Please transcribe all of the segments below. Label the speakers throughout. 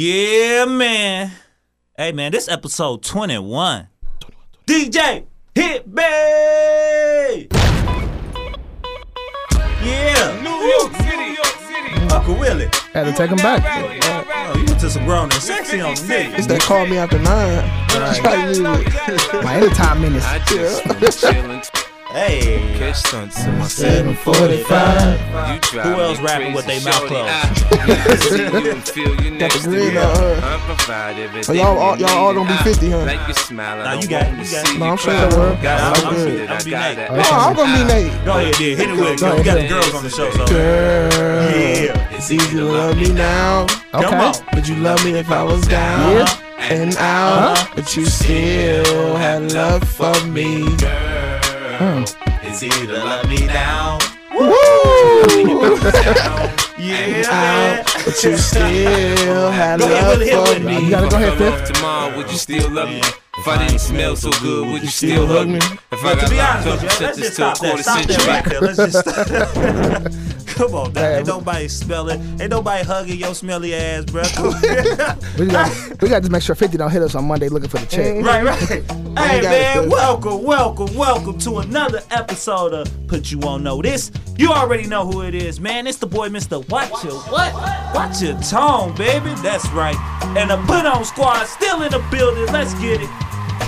Speaker 1: Yeah, man. Hey, man, this episode 21. DJ, hit me! Yeah,
Speaker 2: New York City, New York City.
Speaker 1: Uncle Willie.
Speaker 3: Had to take him back.
Speaker 1: Oh, you went to some grown and sexy on me.
Speaker 4: It's that call me after nine. Try to leave it.
Speaker 3: My anytime minutes.
Speaker 2: I just wanna chill and
Speaker 1: Hey,
Speaker 2: catch stunts in my city.
Speaker 1: 745.
Speaker 2: You drive
Speaker 1: Who else
Speaker 2: me
Speaker 1: rapping with
Speaker 2: crazy,
Speaker 1: they mouth
Speaker 2: shorty.
Speaker 1: closed?
Speaker 2: I need to see you and feel you next to
Speaker 4: green
Speaker 2: me.
Speaker 4: on her.
Speaker 2: I provide everything
Speaker 4: y'all
Speaker 2: you
Speaker 4: all- y'all all
Speaker 2: need.
Speaker 4: gonna be
Speaker 2: I
Speaker 4: 50, huh?
Speaker 2: Like your smile, I
Speaker 1: Nah, you
Speaker 2: don't
Speaker 1: got it,
Speaker 2: want
Speaker 1: you got
Speaker 2: to see
Speaker 1: it.
Speaker 4: No, I'm
Speaker 2: you
Speaker 4: sure
Speaker 2: cry.
Speaker 4: that work.
Speaker 2: God,
Speaker 1: I'm
Speaker 2: I'm
Speaker 1: good.
Speaker 2: good.
Speaker 1: I'm
Speaker 2: I
Speaker 1: be
Speaker 2: got
Speaker 1: naked.
Speaker 2: that.
Speaker 4: No, Oh, I'm gonna be Nate.
Speaker 1: Go ahead, then. Hit it with it. 'cause We got the girls on the show, so.
Speaker 4: Girl,
Speaker 1: Yeah.
Speaker 2: It's
Speaker 4: you
Speaker 2: easy to
Speaker 4: love me now,
Speaker 1: Come
Speaker 3: Okay.
Speaker 1: on.
Speaker 4: but you love me if I was down
Speaker 3: Yeah. Uh-huh.
Speaker 4: and out, but you still had love for me.
Speaker 1: It's easy to love me now.
Speaker 4: Woo!
Speaker 1: Yeah, man.
Speaker 4: out, but you still had
Speaker 1: Go ahead,
Speaker 4: love
Speaker 1: Willie, hit
Speaker 4: for
Speaker 1: Willie.
Speaker 4: me.
Speaker 3: You gotta go ahead,
Speaker 2: If I fell
Speaker 3: Fifth.
Speaker 2: off tomorrow, would you still love me? If I didn't smell so good, would you still hug me? If I
Speaker 1: But to
Speaker 2: got
Speaker 1: be honest
Speaker 2: locked
Speaker 1: with
Speaker 2: up and
Speaker 1: you,
Speaker 2: sent
Speaker 1: let's
Speaker 2: this
Speaker 1: just
Speaker 2: uh, to a
Speaker 1: stop that.
Speaker 2: quarter
Speaker 1: Stop that
Speaker 2: century,
Speaker 1: right there. Let's just. Come on, man. Ain't nobody smell it. Ain't nobody hugging your smelly ass, bro.
Speaker 3: We got, we got to make sure 50 don't hit us on Monday looking for the
Speaker 4: Mm-hmm.
Speaker 3: check.
Speaker 1: right, right. Hey,
Speaker 4: it,
Speaker 1: man.
Speaker 4: bro.
Speaker 1: Welcome, welcome, welcome to another episode of Put You On Notice. You already know who it is, man. It's the boy, Mr. Watch Your What? Watch Your Tone, baby. That's right. And the Put On Squad still in the building. Let's get it.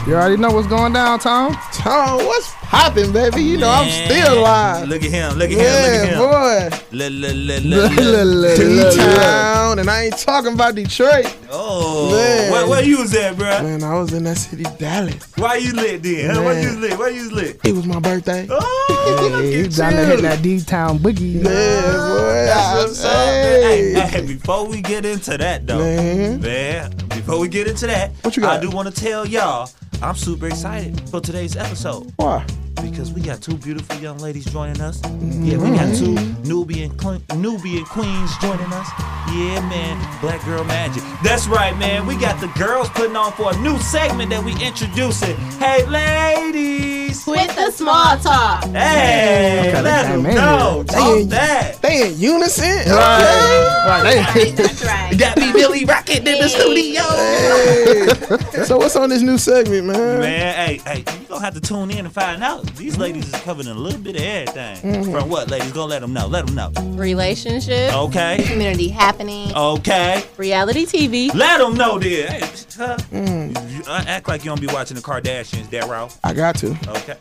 Speaker 3: You already know what's going down, Tom.
Speaker 4: Tom, what's poppin', baby? You know I'm still
Speaker 1: Man,
Speaker 4: alive.
Speaker 1: Look at him. Look at him.
Speaker 4: Yeah,
Speaker 1: Look at him.
Speaker 4: boy.
Speaker 1: La, la, la, la, la.
Speaker 3: T-Town.
Speaker 4: T-Town, and I ain't talking about Detroit.
Speaker 1: Oh,
Speaker 4: Man.
Speaker 1: Where, where you was at, bro?
Speaker 4: Man, I was in that city, Dallas.
Speaker 1: Why you lit then? Huh? Why
Speaker 4: Man.
Speaker 1: you lit? Why you lit?
Speaker 4: It was my birthday.
Speaker 1: Oh, look
Speaker 3: Hey,
Speaker 1: at
Speaker 3: you down there hitting that D-Town boogie.
Speaker 4: Yeah, boy.
Speaker 1: That's
Speaker 4: I-
Speaker 1: what's up, man. Hey,
Speaker 4: hey.
Speaker 1: hey, before we get into that though,
Speaker 4: Man.
Speaker 1: man, before we get into that,
Speaker 4: What you got?
Speaker 1: I do want to tell y'all I'm super excited for today's episode
Speaker 4: Why?
Speaker 1: because we got two beautiful young ladies joining us.
Speaker 4: Mm-hmm.
Speaker 1: Yeah, we got two Nubian cl- Nubian queens joining us. Yeah, man, Black Girl Magic. That's right, man. We got the girls putting on for a new segment that we introducing. Hey, ladies.
Speaker 5: Quit the small talk.
Speaker 1: Hey,
Speaker 3: Okay,
Speaker 1: let
Speaker 3: okay,
Speaker 1: them
Speaker 3: man.
Speaker 1: know. Talk
Speaker 4: Hey.
Speaker 1: that.
Speaker 4: They in unison?
Speaker 3: Right, they-
Speaker 5: That's right.
Speaker 1: Got me Billy rocking in the studio.
Speaker 4: Okay. so what's on this new segment, man?
Speaker 1: Man, hey, hey, you gonna have to tune in and find out. These ladies is covering a little bit of everything. From what, ladies? Gonna let them know. Let them know.
Speaker 5: Relationship,
Speaker 1: Oh. Okay,
Speaker 5: community happening,
Speaker 1: Oh. okay.
Speaker 5: reality TV.
Speaker 1: Let them know then. Hey, huh? You- you act like you don't be watching the Kardashians, that route.
Speaker 4: I got to.
Speaker 1: Okay.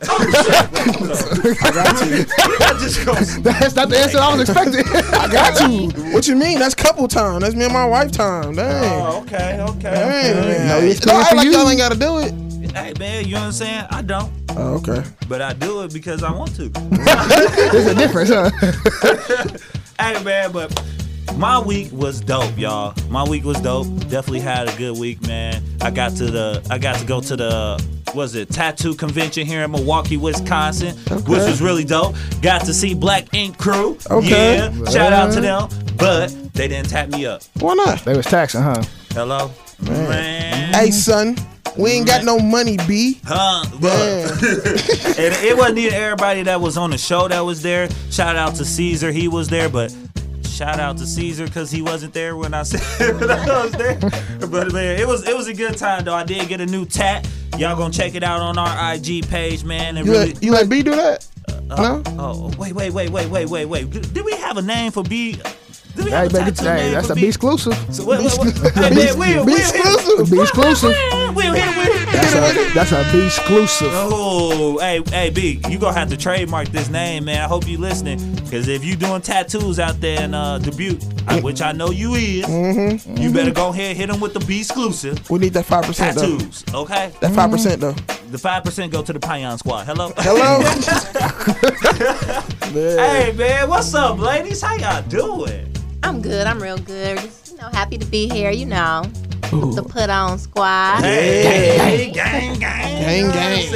Speaker 1: I got you. I just gonna.
Speaker 3: That's not the answer I was expecting.
Speaker 4: I got to. What you mean? That's couple time. That's me and my wife time. Dang.
Speaker 1: Oh, okay, okay.
Speaker 4: Dang, man.
Speaker 3: No, it's
Speaker 4: Don't
Speaker 3: good
Speaker 4: act
Speaker 3: for
Speaker 4: like
Speaker 3: you.
Speaker 4: y'all ain't gotta do it.
Speaker 1: Hey, man, you know what I'm saying? I don't,
Speaker 4: Oh, okay.
Speaker 1: but I do it because I want to.
Speaker 3: There's a difference, huh?
Speaker 1: Hey man, but my week was dope, y'all. My week was dope. Definitely had a good week, man. I got to the I got to go to the was it tattoo convention here in Milwaukee, Wisconsin, which was really dope. Got to see Black Ink Crew.
Speaker 4: Okay.
Speaker 1: Yeah. Shout out to them. But they didn't tap me up.
Speaker 4: Why not?
Speaker 3: They was taxing, huh?
Speaker 1: Hello? Man.
Speaker 4: Hey, son. We ain't got no money, B.
Speaker 1: Huh, but and it wasn't even everybody that was on the show that was there. Shout out to Caesar, he was there, but shout out to Caesar because he wasn't there when I said when I was there. But man, it was it was a good time though. I did get a new tat. Y'all gonna check it out on our IG page, man. And
Speaker 4: You
Speaker 1: really,
Speaker 4: let, you let B do that? No?
Speaker 1: oh wait, wait, wait, wait, wait, wait, wait. Did, did we have a name for B? Did we
Speaker 3: Hey,
Speaker 1: have a
Speaker 3: baby,
Speaker 1: tattoo
Speaker 3: hey,
Speaker 1: name
Speaker 3: that's
Speaker 1: for
Speaker 3: a
Speaker 1: B?
Speaker 3: be exclusive.
Speaker 1: So, wait, wait, wait. Hey, man, we'll,
Speaker 4: Be
Speaker 1: we'll hit it.
Speaker 4: exclusive.
Speaker 3: Be exclusive.
Speaker 1: We'll hit it, we'll hit it.
Speaker 3: That's a, that's a be exclusive.
Speaker 1: Oh, hey, hey, B, you gonna have to trademark this name, man. I hope you listening, cause if you doing tattoos out there in uh, Dubuque, I- which I know you is, you better go ahead hit them with the B exclusive
Speaker 4: We need that 5% though.
Speaker 1: tattoos, okay?
Speaker 4: That 5% though.
Speaker 1: The five percent go to the Payan Squad. Hello,
Speaker 4: Hello? Man.
Speaker 1: hey, man, what's up, ladies? How y'all doing?
Speaker 5: I'm good. I'm real good. Just, you know, happy to be here. You know, with the put on squad.
Speaker 1: Hey, gang, gang, gang,
Speaker 4: Gang, gang.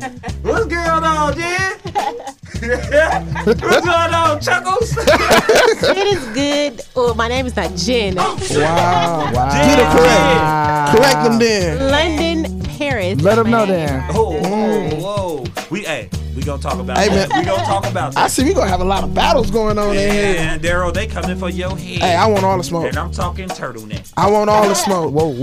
Speaker 1: gang. What's going on, Jen? What's going on, Chuckles?
Speaker 5: It is good. Oh, my name is not Jen.
Speaker 1: Oh.
Speaker 4: Wow.
Speaker 3: Wow.
Speaker 1: Get it
Speaker 4: correct. Correct them then.
Speaker 5: London, Paris.
Speaker 3: Let
Speaker 5: is
Speaker 3: 'em
Speaker 5: my
Speaker 3: know
Speaker 5: name.
Speaker 3: then.
Speaker 1: Oh, whoa, whoa. We hey, We gonna talk about
Speaker 3: Hey,
Speaker 1: that.
Speaker 3: man.
Speaker 1: We gonna talk about
Speaker 3: I
Speaker 1: that.
Speaker 3: see we gonna have a lot of battles going on in here.
Speaker 1: And Daryl, they coming for your head.
Speaker 3: Hey, I want all the smoke.
Speaker 1: and I'm talking turtleneck.
Speaker 3: I want all the smoke.
Speaker 4: Whoa.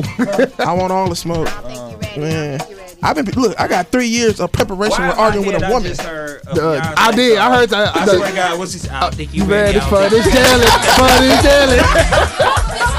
Speaker 4: I want all the smoke.
Speaker 5: I think you're ready. I
Speaker 4: Man.
Speaker 5: think you're ready.
Speaker 4: I've been look. I got three years of preparation
Speaker 1: Why
Speaker 4: with
Speaker 1: in my
Speaker 4: arguing with
Speaker 1: head
Speaker 4: a
Speaker 1: I
Speaker 4: woman.
Speaker 1: just heard of
Speaker 3: Uh,
Speaker 1: Beyonce
Speaker 3: I did. I
Speaker 1: song?
Speaker 3: heard that.
Speaker 1: I
Speaker 3: the-
Speaker 1: swear to God, what's this? I don't think you
Speaker 3: you ready
Speaker 1: I
Speaker 3: for
Speaker 1: don't
Speaker 3: this
Speaker 1: think-
Speaker 3: jelly? For this jelly?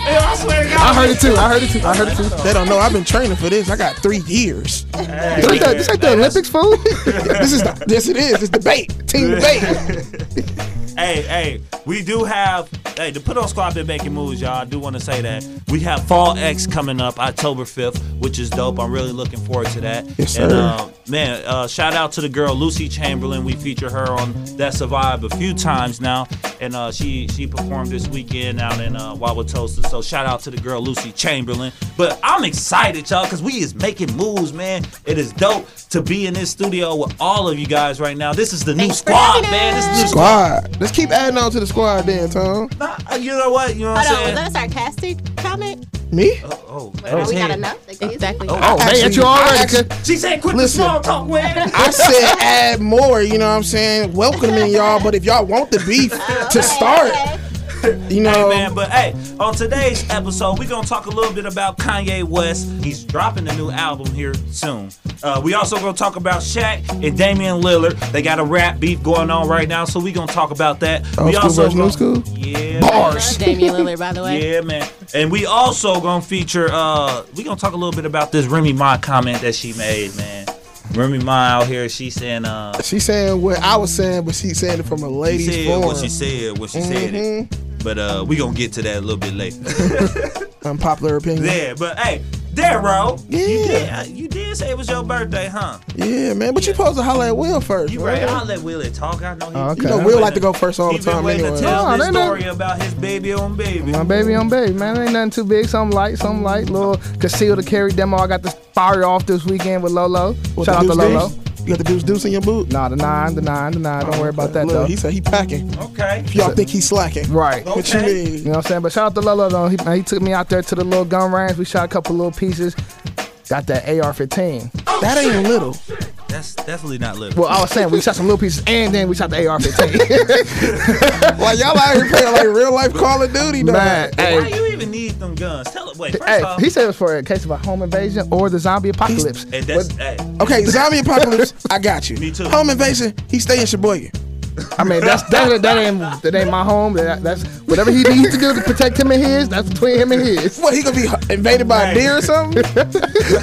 Speaker 1: Yo, I swear to God.
Speaker 3: I heard it too. I heard it too. I heard it too.
Speaker 4: They don't know I've been training for this. I got three years.
Speaker 1: Hey,
Speaker 3: This ain't the,
Speaker 1: man.
Speaker 3: this ain't the Olympics, fool.
Speaker 4: This is the, yes, it is. It's debate. Team debate.
Speaker 1: Hey, hey, we do have hey the Put On Squad been making moves, y'all. I do want to say that we have Fall X coming up October fifth, which is dope. I'm really looking forward to that.
Speaker 4: Yes,
Speaker 1: and
Speaker 4: sir.
Speaker 1: um, man, uh, shout out to the girl Lucy Chamberlain. We feature her on That's a Vibe a few times now, and uh, she she performed this weekend out in uh, Wauwatosa. So shout out to the girl Lucy Chamberlain. But I'm excited, y'all, because we is making moves, man. It is dope to be in this studio with all of you guys right now. This is the new
Speaker 5: Thanks for having
Speaker 1: squad,
Speaker 5: us.
Speaker 1: man. This is the new
Speaker 4: Squad. Let's keep adding on to the squad then, Tom.
Speaker 1: Nah, uh, you know what? You know what
Speaker 5: Hold on,
Speaker 1: I'm
Speaker 5: was that
Speaker 1: saying?
Speaker 5: a sarcastic comment?
Speaker 4: Me?
Speaker 1: Oh,
Speaker 5: Wait, are we got enough? Like,
Speaker 1: Exactly.
Speaker 3: Oh, man,
Speaker 4: Actually,
Speaker 3: you
Speaker 4: I
Speaker 3: already.
Speaker 4: actually-
Speaker 1: She said, "Quit
Speaker 4: Listen. Um,
Speaker 1: the small talk, man."
Speaker 4: I said add more, you know what I'm saying? Welcoming y'all, but if y'all want the beef to start, you
Speaker 1: Hey
Speaker 4: know,
Speaker 1: man, but hey, on today's episode, we're gonna talk a little bit about Kanye West. He's dropping a new album here soon. Uh, we also gonna talk about Shaq and Damian Lillard. They got a rap beef going on right now, so we gonna talk about that.
Speaker 4: Old
Speaker 1: we
Speaker 4: school versus new school?
Speaker 1: yeah,
Speaker 4: bars.
Speaker 5: Damian Lillard, by the way.
Speaker 1: Yeah, man. And we also gonna feature. uh We gonna talk a little bit about this Remy Ma comment that she made, man. Remy Ma out here, she saying, uh,
Speaker 4: She's saying what I was saying, but she's saying it from a
Speaker 1: she
Speaker 4: lady's
Speaker 1: said
Speaker 4: form.
Speaker 1: what she said when she said
Speaker 4: Mm-hmm.
Speaker 1: it. But uh, we gonna get to that a little bit later.
Speaker 4: Unpopular opinion.
Speaker 1: yeah, but hey, Daryl, you
Speaker 4: Yeah.
Speaker 1: did uh, you did say it was your birthday, huh?
Speaker 4: Yeah, man. But you supposed to holler at Will first.
Speaker 1: You
Speaker 4: man.
Speaker 1: right? I'll let Willie talk. I know he.
Speaker 3: Okay.
Speaker 1: he
Speaker 4: You know,
Speaker 1: been
Speaker 4: Will
Speaker 1: waiting-
Speaker 4: like to go first all
Speaker 1: he
Speaker 4: the
Speaker 1: been
Speaker 4: time
Speaker 1: waiting
Speaker 4: anyway. Oh,
Speaker 1: to tell
Speaker 3: No,
Speaker 1: this
Speaker 3: they not-
Speaker 1: story about his baby on baby.
Speaker 3: My baby on baby, man. Ain't nothing too big. Something light, something light. Little conceal to carry demo. I got this fire off this weekend with Lolo.
Speaker 4: What,
Speaker 3: Shout out
Speaker 4: the
Speaker 3: to
Speaker 4: deuce
Speaker 3: Lolo.
Speaker 4: deuce? You got the deuce deuce in your boot?
Speaker 3: Nah, the nine, the nine, the nine. Don't worry about that
Speaker 4: Look,
Speaker 3: though.
Speaker 4: He said he packing.
Speaker 1: Okay.
Speaker 4: If y'all think he's slacking.
Speaker 3: Right.
Speaker 1: Go-
Speaker 4: What you
Speaker 1: Okay.
Speaker 4: mean?
Speaker 3: You know what I'm saying? But shout out to Lolo though. He, man, he took me out there to the little gun range. We shot a couple little pieces. Got that AR-15.
Speaker 4: That ain't little.
Speaker 1: That's definitely not little.
Speaker 3: Well, I was saying we shot some little pieces and then we shot the AR-15.
Speaker 4: Like y'all out here playing like real life Call of Duty, though.
Speaker 3: man,
Speaker 1: Why
Speaker 3: hey,
Speaker 1: you even need them guns? Tell it. Wait, first
Speaker 3: hey,
Speaker 1: off,
Speaker 3: he said it was for a case of a home invasion or the zombie apocalypse.
Speaker 1: and that's
Speaker 3: But,
Speaker 1: hey,
Speaker 4: Okay, zombie apocalypse. I got you.
Speaker 1: Me too.
Speaker 4: Home invasion. He stay in Sheboygan.
Speaker 3: I mean, that's that, that ain't that ain't my home. That, that's whatever he needs to do to protect him and his. That's between him and his.
Speaker 4: What? He gonna be invaded by
Speaker 1: Right.
Speaker 4: a deer or something?
Speaker 1: man, you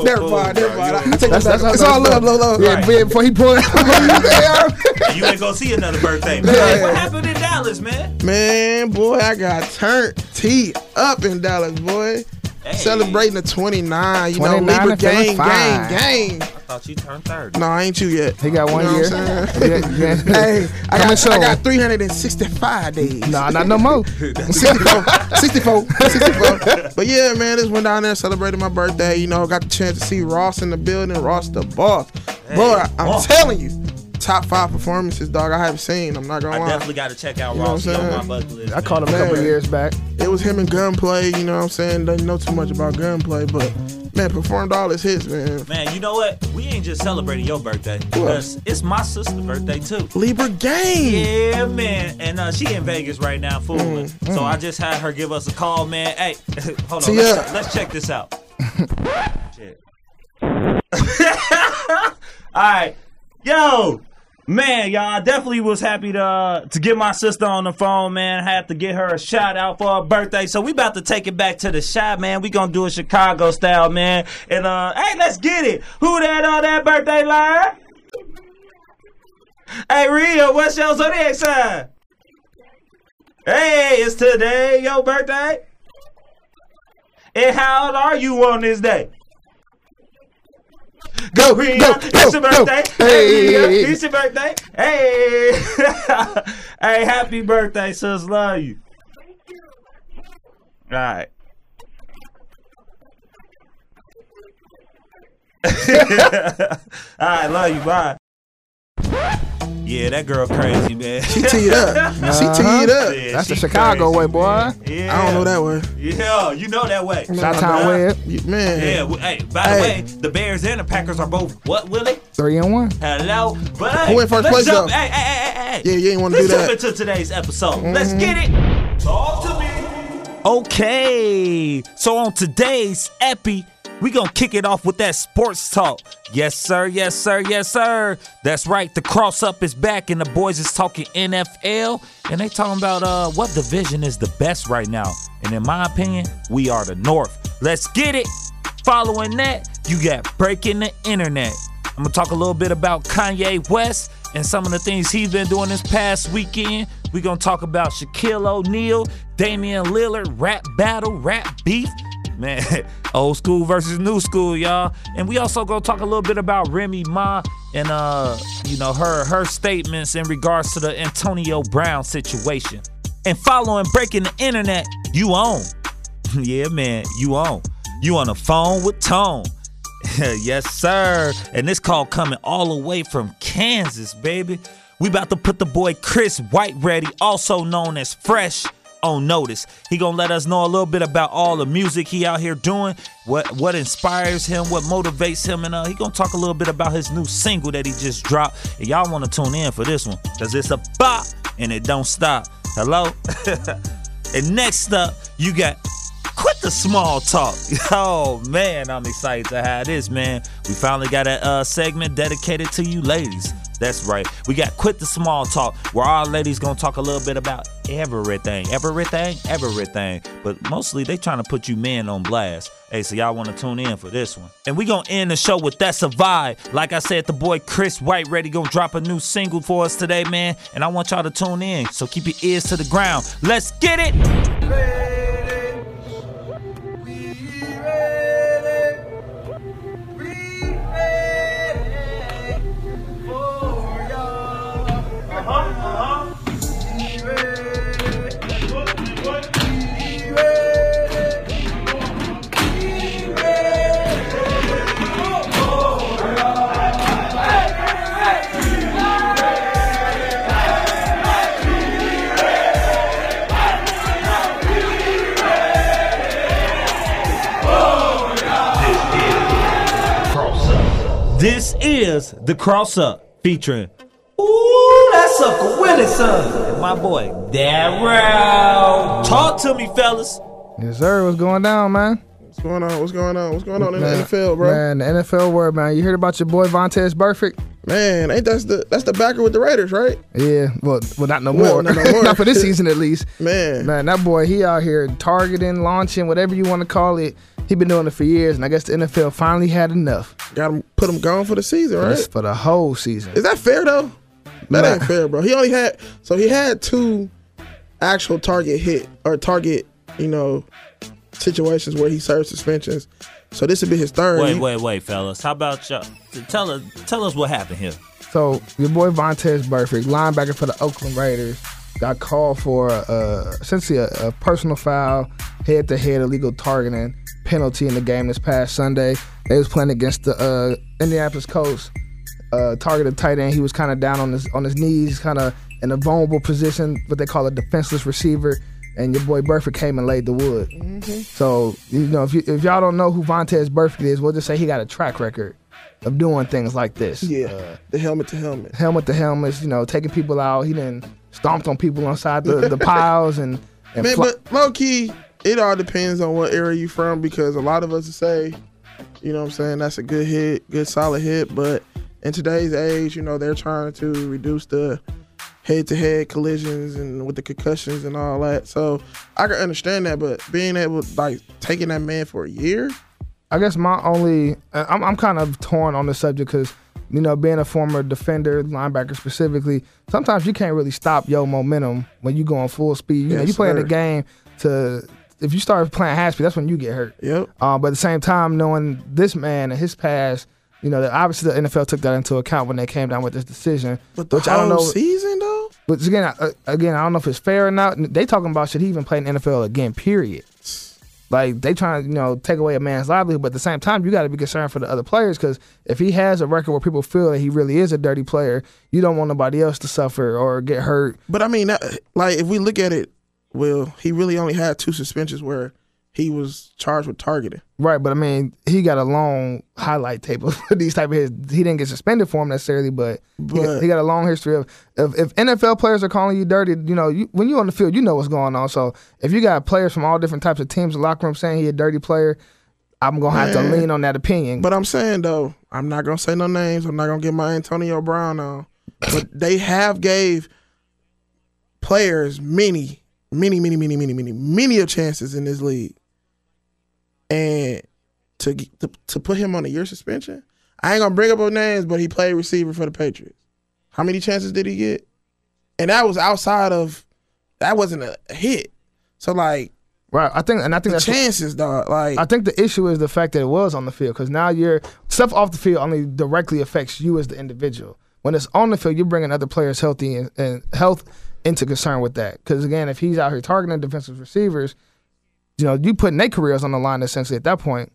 Speaker 1: a
Speaker 4: never
Speaker 1: fool,
Speaker 4: mind.
Speaker 1: bro.
Speaker 4: Never mind.
Speaker 1: You
Speaker 4: I
Speaker 1: a
Speaker 4: take it
Speaker 3: That's-
Speaker 4: back.
Speaker 3: that's how
Speaker 4: It's all
Speaker 3: that's
Speaker 4: love, love, love.
Speaker 3: Yeah,
Speaker 1: Right.
Speaker 3: man, before he pulled
Speaker 1: And you ain't gonna see another birthday, man.
Speaker 4: Yeah.
Speaker 1: What happened in Dallas, man?
Speaker 4: Man, boy, I got turned T up in Dallas, boy.
Speaker 1: Hey.
Speaker 4: Celebrating the 29, you know,
Speaker 3: 29
Speaker 4: Libra
Speaker 3: and feeling
Speaker 4: gang,
Speaker 3: fine.
Speaker 4: gang, gang.
Speaker 1: I thought you turned 30.
Speaker 4: No, I ain't you yet.
Speaker 3: He got one
Speaker 4: You know
Speaker 3: year.
Speaker 4: what I'm saying?
Speaker 3: Yeah, yeah.
Speaker 4: Hey, I
Speaker 3: Coming
Speaker 4: got, I
Speaker 3: soon.
Speaker 4: got 365 days.
Speaker 3: Nah, not no more.
Speaker 4: 64, 64, 64. But yeah, man, just went down there celebrated my birthday. You know, got the chance to see Ross in the building, Ross the boss. Boy, I'm
Speaker 1: boss.
Speaker 4: telling you, top five performances, dog, I haven't seen. I'm not
Speaker 1: I
Speaker 4: gonna lie.
Speaker 1: definitely got to check out
Speaker 4: You know
Speaker 1: Rossi
Speaker 4: what I'm
Speaker 1: on my
Speaker 4: saying?
Speaker 1: bucket list.
Speaker 3: I called him a
Speaker 1: man.
Speaker 3: couple
Speaker 4: Man.
Speaker 3: years back.
Speaker 4: It was him and Gunplay, you know what I'm saying? Doesn't know too much about Gunplay, but man, performed all his hits, man.
Speaker 1: Man, you know what? We ain't just celebrating your birthday.
Speaker 4: What?
Speaker 1: It's- It's my sister's birthday, too.
Speaker 4: Libra Gang.
Speaker 1: Yeah, man. And uh, she in Vegas right now fooling.
Speaker 4: Mm,
Speaker 1: So I just had her give us a call, man. Hey, hold on.
Speaker 4: See
Speaker 1: let's,
Speaker 4: ya.
Speaker 1: check- let's check this out. Shit. All right. Yo, man, y'all I definitely was happy to uh, to get my sister on the phone, man. Had to get her a shout out for her birthday. So we about to take it back to the shop, man. We gonna do it Chicago style, man. And uh, hey, let's get it. Who that on that birthday line? Hey, Ria, what's your zodiac sign? Hey, it's today your birthday. And how old are you on this day? Go, Ria,
Speaker 3: go,
Speaker 1: it's your
Speaker 3: go,
Speaker 1: birthday.
Speaker 3: go.
Speaker 1: Hey, Ria,
Speaker 3: Hey.
Speaker 1: it's your birthday. Hey, hey, happy birthday, sis. Love you. All right. All right, love you. Bye. Yeah, that girl crazy, man.
Speaker 4: She teed up. She teed up.
Speaker 1: Yeah,
Speaker 3: That's the
Speaker 1: she
Speaker 3: Chicago way, boy.
Speaker 1: man. Yeah.
Speaker 4: I don't know that way.
Speaker 1: Yeah, you know that way.
Speaker 3: Shot Town Web,
Speaker 4: You- Man.
Speaker 1: Yeah, well, hey, by the
Speaker 4: Hey.
Speaker 1: way, the Bears and the Packers are both what, Willie?
Speaker 3: three and one.
Speaker 1: Hello, but hey,
Speaker 4: Who in first
Speaker 1: let's
Speaker 4: place,
Speaker 1: jump.
Speaker 4: though?
Speaker 1: Hey, hey, hey, hey, hey.
Speaker 4: Yeah, you ain't wanna
Speaker 1: Let's
Speaker 4: do
Speaker 1: jump
Speaker 4: that. Mm-hmm.
Speaker 1: into today's episode. Let's get it. Talk to me. Okay, so on today's epi, we gonna kick it off with that sports talk. Yes, sir. Yes, sir. Yes, sir. That's right. The cross up is back, and the boys is talking NFL, and they talking about uh what division is the best right now. And in my opinion, we are the North. Let's get it. Following that, you got breaking the internet. I'm gonna talk a little bit about Kanye West and some of the things he's been doing this past weekend. We're gonna talk about Shaquille O'Neal, Damian Lillard, rap battle, rap beef. Man, old school versus new school, y'all. And we also gonna talk a little bit about Remy Ma and uh, you know, her her statements in regards to the Antonio Brown situation. And following breaking the internet, you own yeah, man, you on. You on the phone with Tone. yes, sir. And this call coming all the way from Kansas, baby. We about to put the boy Chris White ready, also known as Fresh, on notice. He gonna let us know a little bit about all the music he out here doing, what what inspires him, what motivates him, and uh, he gonna talk a little bit about his new single that he just dropped. And y'all wanna tune in for this one, cause it's a bop and it don't stop. Hello. And next up, you got quit the small talk. Oh man, I'm excited to have this, man. We finally got a uh, segment dedicated to you ladies. That's right. We got quit the small talk, where our ladies gonna talk a little bit about everything, everything, everything. But mostly they trying to put you men on blast. Hey, so y'all wanna tune in for this one? And we gonna end the show with that's a vibe. Like I said, the boy Chris White ready gonna drop a new single for us today, man. And I want y'all to tune in. So keep your ears to the ground. Let's get it. This is the cross up featuring. Ooh, that's Uncle Willie, son. And my boy Darrell. Talk to me, fellas.
Speaker 3: Yes, sir. What's going down, man?
Speaker 4: What's going on? What's going on? What's going on in the
Speaker 3: Man,
Speaker 4: NFL, bro? Man.
Speaker 3: Man, the NFL word, man. You heard about your boy Vontez Burfict?
Speaker 4: ain't that's the that's the backer with the Raiders, right?
Speaker 3: Yeah, well, well, not no
Speaker 4: Well,
Speaker 3: more.
Speaker 4: not no more.
Speaker 3: not for this season, at least.
Speaker 4: Man.
Speaker 3: Man, that boy, he out here targeting, launching, whatever you want to call it. He been doing it for years, and I guess the NFL finally had enough
Speaker 4: Got him put him gone for the season, right?
Speaker 3: That's for the whole season.
Speaker 4: Is that fair though? That
Speaker 3: Nah.
Speaker 4: ain't fair, bro. He only had so he had two actual target hit or target, you know, situations where he served suspensions. So this would be his third.
Speaker 1: Wait,
Speaker 4: He-
Speaker 1: wait, wait, fellas. How about y'all? t- Tell us, tell us what happened here.
Speaker 3: So your boy Vontez Burfict, linebacker for the Oakland Raiders, got called for uh, essentially a, a personal foul, head-to-head illegal targeting penalty in the game this past Sunday. They was playing against the uh, Indianapolis Colts. Uh, targeted tight end. He was kind of down on his on his knees, kind of in a vulnerable position, what they call a defenseless receiver. And your boy Burfict came and laid the wood. So you know, if, you, if y'all don't know who Vontez Burfict is, we'll just say he got a track record of doing things like this
Speaker 4: Yeah. the helmet to helmet.
Speaker 3: helmet to helmets, you know, taking people out. He done stomped on people inside the, the piles and, and
Speaker 4: Man,
Speaker 3: fly-
Speaker 4: but low key, it all depends on what area you from because a lot of us say, you know what I'm saying, that's a good hit, good solid hit, but in today's age, you know, they're trying to reduce the head to head collisions and with the concussions and all that. So I can understand that, but being able like taking that man for a year,
Speaker 3: I guess my only, I- I'm, I'm kind of torn on this subject because, you know, being a former defender, linebacker specifically, sometimes you can't really stop your momentum when you going full speed. You know,
Speaker 4: Yes,
Speaker 3: you playing the
Speaker 4: sir.
Speaker 3: game to, if you start playing half speed, that's when you get hurt.
Speaker 4: yep.
Speaker 3: Uh, but at the same time, knowing this man and his past, you know, that obviously the NFL took that into account when they came down with this decision.
Speaker 4: But the
Speaker 3: which
Speaker 4: whole
Speaker 3: I don't know.
Speaker 4: season though?
Speaker 3: But again, I, uh, again, I don't know if it's fair or not. They talking about should he even play in the NFL again? Period. Like they trying to you know take away a man's livelihood, but at the same time you got to be concerned for the other players because if he has a record where people feel that he really is a dirty player, you don't want nobody else to suffer or get hurt.
Speaker 4: But I mean, that, like if we look at it, well, he really only had two suspensions where he was charged with targeting.
Speaker 3: Right, but I mean he got a long highlight tape of these type of his. He didn't get suspended for him necessarily, but, he, got,
Speaker 4: But-
Speaker 3: he got a long history of if, if NFL players are calling you dirty, you know you, when you on the field, you know what's going on. So if you got players from all different types of teams in the locker room saying he a dirty player, I'm gonna have to
Speaker 4: Man.
Speaker 3: lean on that opinion.
Speaker 4: But I'm saying though, I'm not gonna say no names. I'm not gonna get my Antonio Brown on. But they have gave players many, many, many, many, many, many, many of chances in this league. And to, get- to to put him on a year suspension, I ain't gonna bring up no names, but he played receiver for the Patriots. How many chances did he get? And that was outside of that wasn't a hit. So like
Speaker 3: right, I think, and I think
Speaker 4: the
Speaker 3: that's
Speaker 4: chances, dog. Like
Speaker 3: I think the issue is the fact that it was on the field because now your stuff off the field only directly affects you as the individual. When it's on the field, you're bringing other players' healthy and, and health into concern with that. Because again, if he's out here targeting defensive receivers, you know you putting their careers on the line essentially at that point.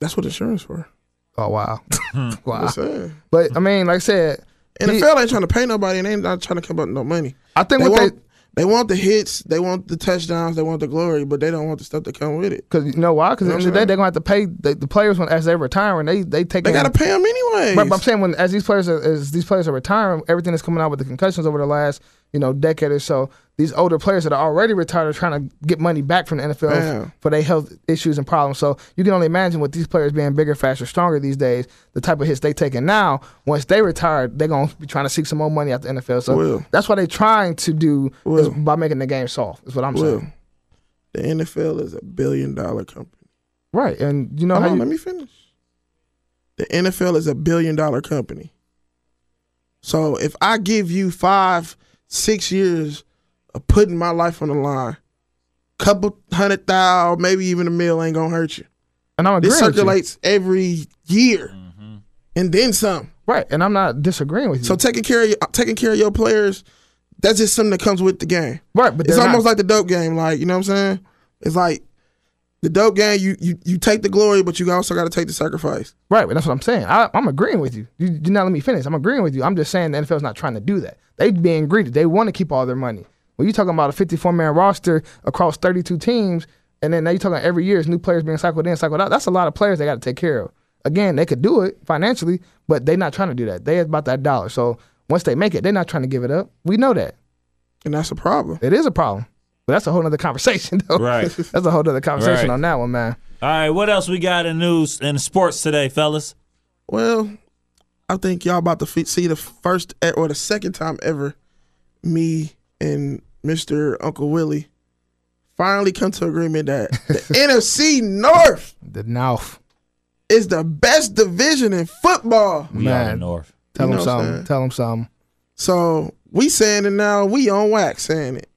Speaker 4: that's what insurance for.
Speaker 3: Oh wow, wow.
Speaker 4: I'm saying.
Speaker 3: But I mean, like I said, he-
Speaker 4: NFL ain't trying to pay nobody, and they ain't not trying to come up with no money.
Speaker 3: I think
Speaker 4: They
Speaker 3: what they
Speaker 4: want, they want the hits, they want the touchdowns, they want the glory, but they don't want the stuff that come with it.
Speaker 3: because you know why? Because at the
Speaker 4: You know
Speaker 3: end of the
Speaker 4: what
Speaker 3: day,
Speaker 4: I'm
Speaker 3: they're gonna have to pay the, the players when as they're retiring. They they take
Speaker 4: They
Speaker 3: in-
Speaker 4: gotta pay them anyway.
Speaker 3: Right, but I'm saying when as these players are, as these players are retiring, everything that's coming out with the concussions over the last you know decade or so. These older players that are already retired are trying to get money back from the NFL
Speaker 4: Man.
Speaker 3: for their health issues and problems. So you can only imagine with these players being bigger, faster, stronger these days, the type of hits they taking now. Once they retire, they're gonna be trying to seek some more money out the NFL. So
Speaker 4: Will.
Speaker 3: that's what they're trying to do is
Speaker 4: Will.
Speaker 3: by making the game soft. Is what I'm
Speaker 4: Will,
Speaker 3: saying.
Speaker 4: the NFL is a billion dollar company.
Speaker 3: Right, and you know
Speaker 4: Hold
Speaker 3: how
Speaker 4: on,
Speaker 3: you,
Speaker 4: let me finish. The NFL is a billion dollar company. So if I give you five, six years of putting my life on the line, couple hundred thousand, maybe even a mil ain't gonna hurt you.
Speaker 3: and I'm
Speaker 4: This
Speaker 3: agreeing with you.
Speaker 4: circulates every year,
Speaker 3: Mm-hmm.
Speaker 4: and then some.
Speaker 3: Right, and I'm not disagreeing with you.
Speaker 4: So taking care of your, taking care of your players, that's just something that comes with the game.
Speaker 3: right, but
Speaker 4: It's
Speaker 3: they're not-
Speaker 4: almost like the dope game, like you know what I'm saying. It's like the dope game. You you, you take the glory, but you also got to take the sacrifice.
Speaker 3: Right, but that's what I'm saying. I, I'm agreeing with you. You did not let me finish. I'm agreeing with you. I'm just saying the NFL's not trying to do that. They being greedy. They want to keep all their money. When you talking about a 54 man roster across 32 teams, and then now you're talking every year is new players being cycled in, cycled out. That's a lot of players they got to take care of. Again, they could do it financially, but they're not trying to do that. They about that dollar. So once they make it, they're not trying to give it up. We know that
Speaker 4: And that's a problem.
Speaker 3: it is a problem. But that's a whole other conversation, though.
Speaker 1: Right.
Speaker 3: that's a whole other conversation
Speaker 1: Right.
Speaker 3: on that one, man.
Speaker 1: All right, what else we got in news and sports today, fellas?
Speaker 4: Well, I think y'all about to fe- see the first e- or the second time ever, me and Mister Uncle Willie finally come to agreement that the NFC North
Speaker 3: The North,
Speaker 4: is the best division in football.
Speaker 1: We are the
Speaker 3: man.
Speaker 1: North.
Speaker 3: Tell
Speaker 4: You
Speaker 3: them
Speaker 4: know what I'm
Speaker 3: something.
Speaker 4: saying?
Speaker 3: Tell them something.
Speaker 4: So we saying it now. We on wax saying it.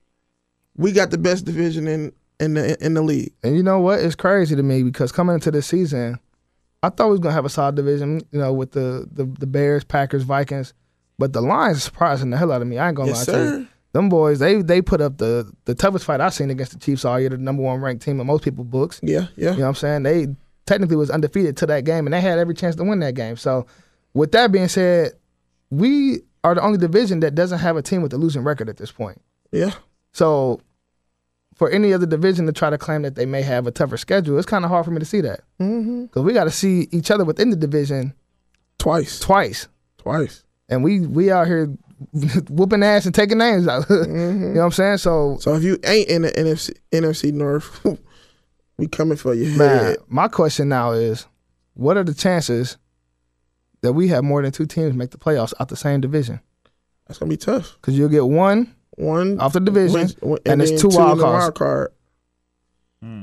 Speaker 4: We got the best division in in the in the league.
Speaker 3: And you know what? It's crazy to me because coming into this season, I thought we was gonna have a solid division, you know, with the the, the Bears, Packers, Vikings. But the Lions surprising the hell out of me. I ain't gonna
Speaker 4: Yes,
Speaker 3: lie to you.
Speaker 4: sir.
Speaker 3: Them boys, they they put up the the toughest fight I've seen against the Chiefs all year, the number one ranked team in most people's books.
Speaker 4: Yeah, yeah.
Speaker 3: You know what I'm saying? They technically was undefeated to that game, and they had every chance to win that game. So, with that being said, we are the only division that doesn't have a team with a losing record at this point.
Speaker 4: Yeah.
Speaker 3: So, for any other division to try to claim that they may have a tougher schedule, it's kind of hard for me to see that
Speaker 4: Mm-hmm.
Speaker 3: because we got to see each other within the division
Speaker 4: Twice,
Speaker 3: twice,
Speaker 4: twice.
Speaker 3: and we we out here whooping ass and taking names out.
Speaker 4: Mm-hmm.
Speaker 3: You know what I'm saying? So,
Speaker 4: So if you ain't in the NFC NFC North, we coming for your
Speaker 3: man,
Speaker 4: head.
Speaker 3: my question now is, what are the chances that we have more than two teams make the playoffs out the same division?
Speaker 4: That's gonna be tough.
Speaker 3: Because you'll get one.
Speaker 4: One
Speaker 3: Off the division,
Speaker 4: wins- win-
Speaker 3: and it's
Speaker 4: then
Speaker 3: two wild
Speaker 4: in the
Speaker 3: cards.
Speaker 4: wild card.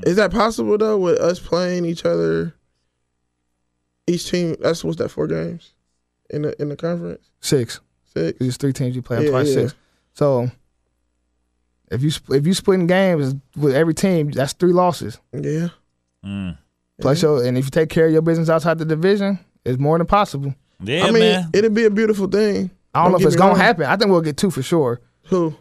Speaker 4: Is that possible though? With us playing each other, each team. That's what's that? Four games in the in the conference.
Speaker 3: Six.
Speaker 4: Six.
Speaker 3: It's three teams you play
Speaker 4: Yeah,
Speaker 3: twice
Speaker 4: yeah.
Speaker 3: six. So if you sp- if you splitting games with every team, that's three losses.
Speaker 4: Yeah.
Speaker 1: Mm.
Speaker 3: Plus, your, and if you take care of your business outside the division, it's more than possible.
Speaker 1: Yeah,
Speaker 4: I mean,
Speaker 1: man.
Speaker 4: it'd be a beautiful thing.
Speaker 3: I don't, know
Speaker 4: Don't
Speaker 3: if
Speaker 4: get
Speaker 3: it's
Speaker 4: me
Speaker 3: gonna
Speaker 4: wrong.
Speaker 3: happen. I think we'll get two for sure.
Speaker 4: Who?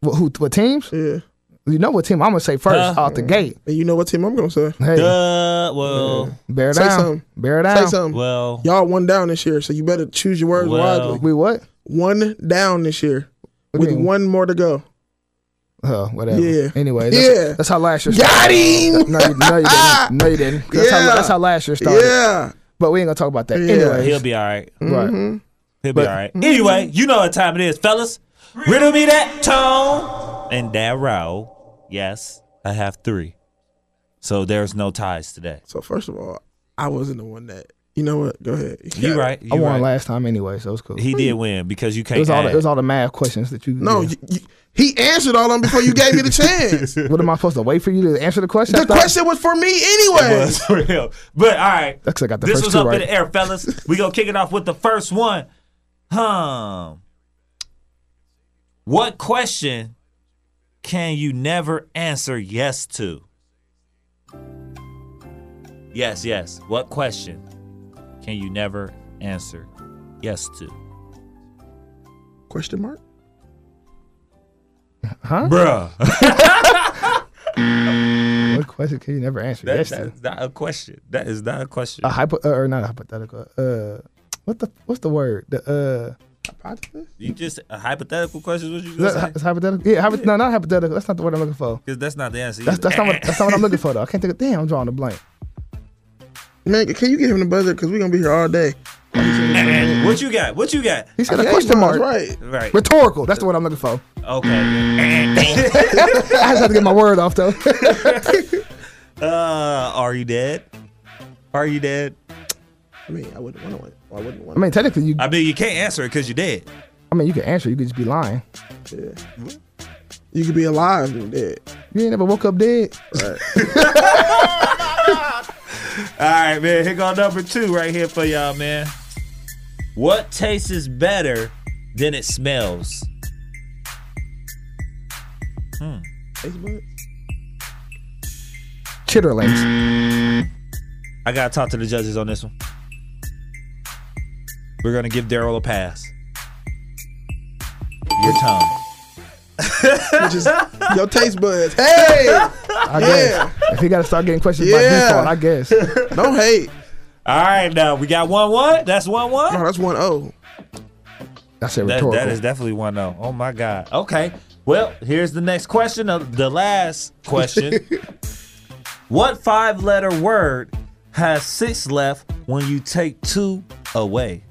Speaker 3: What, who? What teams?
Speaker 4: Yeah.
Speaker 3: You know what team I'm gonna say first
Speaker 1: Huh?
Speaker 3: off the gate.
Speaker 4: And you know what team I'm gonna say?
Speaker 3: Hey,
Speaker 1: Duh. Well,
Speaker 3: bear
Speaker 4: Say
Speaker 3: down.
Speaker 4: something.
Speaker 3: Bear
Speaker 4: Say
Speaker 3: down.
Speaker 4: something.
Speaker 1: well.
Speaker 4: Y'all one down this year, so you better choose your words
Speaker 1: Well.
Speaker 4: wisely.
Speaker 3: We what?
Speaker 4: One down this year,
Speaker 3: What do
Speaker 4: with
Speaker 3: you mean?
Speaker 4: one more to go.
Speaker 3: Oh, whatever.
Speaker 4: Yeah.
Speaker 3: Anyway, that's,
Speaker 4: Yeah.
Speaker 3: that's how last year
Speaker 4: Got him.
Speaker 3: No, you, no, you didn't. No, you didn't. That's, how,
Speaker 4: Yeah.
Speaker 3: that's how last year started.
Speaker 4: Yeah.
Speaker 3: But we ain't gonna talk about that.
Speaker 4: Yeah. Mm-hmm.
Speaker 3: Anyway,
Speaker 1: He'll be all right.
Speaker 3: right.
Speaker 1: He'll
Speaker 3: But-
Speaker 1: be all right. Anyway, you know what time it is, fellas. Riddle me that tone and that row. Yes, I have three. So there's no ties today.
Speaker 4: So first of all, I wasn't the one that. You know what? Go ahead.
Speaker 1: You
Speaker 4: got it.
Speaker 1: right. You
Speaker 3: I won
Speaker 1: right.
Speaker 3: last time anyway, so it was cool.
Speaker 1: He did win because you
Speaker 3: it
Speaker 1: can't.
Speaker 3: was all the,
Speaker 1: add.
Speaker 3: it was all the math questions that you.
Speaker 4: No,
Speaker 3: yeah.
Speaker 4: you, you, he answered all of them before you gave me the chance.
Speaker 3: what am I supposed to wait for you to answer the question?
Speaker 4: the
Speaker 3: I thought-
Speaker 4: question was for me
Speaker 1: It
Speaker 4: anyway.
Speaker 1: was for real. But all right.
Speaker 3: That's 'cause I got the
Speaker 1: this
Speaker 3: first
Speaker 1: was
Speaker 3: two
Speaker 1: up
Speaker 3: right.
Speaker 1: in the air, fellas. We gonna kick it off with the first one. Hum. What question can you never answer yes to? Yes, yes. What question can you never answer yes to?
Speaker 4: Question mark.
Speaker 1: Bruh.
Speaker 3: What question can you never answer?
Speaker 1: That-
Speaker 3: yes. to?
Speaker 1: that's not a question. That is not a question.
Speaker 3: a hypo uh, or not a hypothetical. Uh, what the what's the word? The uh,
Speaker 4: Hypothesis?
Speaker 1: you just a hypothetical question is what you
Speaker 3: is
Speaker 1: just
Speaker 3: that,
Speaker 1: saying?
Speaker 3: it's hypothetical. Yeah, hypo- no, not hypothetical. That's not the word I'm looking for.
Speaker 1: Because that's not the answer.
Speaker 3: That's
Speaker 1: either.
Speaker 3: that's not what that's not what I'm looking for though. I can't think of. Damn, I'm drawing a blank.
Speaker 4: Man, can you give him the buzzer? Because we're gonna be here all day.
Speaker 1: what you got? What you got?
Speaker 3: He said a
Speaker 4: Yeah,
Speaker 3: question
Speaker 4: mine's
Speaker 3: mark.
Speaker 4: Right.
Speaker 1: Right.
Speaker 3: Rhetorical. That's the word I'm looking for.
Speaker 1: Okay.
Speaker 3: I just have to get my word off though.
Speaker 1: uh, are you dead? Are you dead?
Speaker 4: I mean, I wouldn't want to. I wouldn't want.
Speaker 3: I mean, technically, you.
Speaker 1: I mean, you can't answer it because you're dead.
Speaker 3: I mean, you can answer. You could just be lying.
Speaker 4: you could be alive and dead.
Speaker 3: You ain't never woke up dead.
Speaker 1: All right, man. Here go number two right here for y'all, man. What tastes is better than it smells?
Speaker 4: Facebook.
Speaker 3: Chitterlings.
Speaker 1: I gotta talk to the judges on this one. We're gonna give Daryl a pass. Your tongue.
Speaker 4: Just your taste buds. Hey,
Speaker 3: I
Speaker 4: Yeah.
Speaker 3: guess. If he got to start getting questions by
Speaker 4: Yeah.
Speaker 3: default, I guess.
Speaker 4: don't hate.
Speaker 1: All right, now we got one one. That's one one.
Speaker 4: No, that's one oh. O.
Speaker 3: I said
Speaker 1: That,
Speaker 3: rhetorical.
Speaker 1: that is definitely one though. Oh my god. Okay. Well, here's the next question. Of the last question. what five-letter word has six left when you take two away?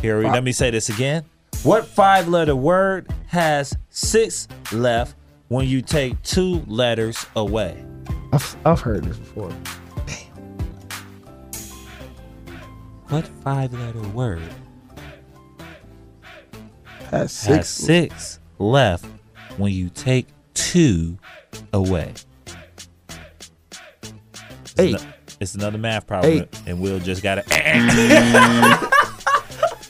Speaker 1: Here, let me say this again. What five-letter word has six left when you take two letters away?
Speaker 3: I've, I've heard this before.
Speaker 1: What five-letter word
Speaker 4: That's
Speaker 1: has
Speaker 4: six.
Speaker 1: six left when you take two away. It's
Speaker 3: Eight.
Speaker 1: ano- it's another math problem,
Speaker 3: Eight.
Speaker 1: and Will just got to.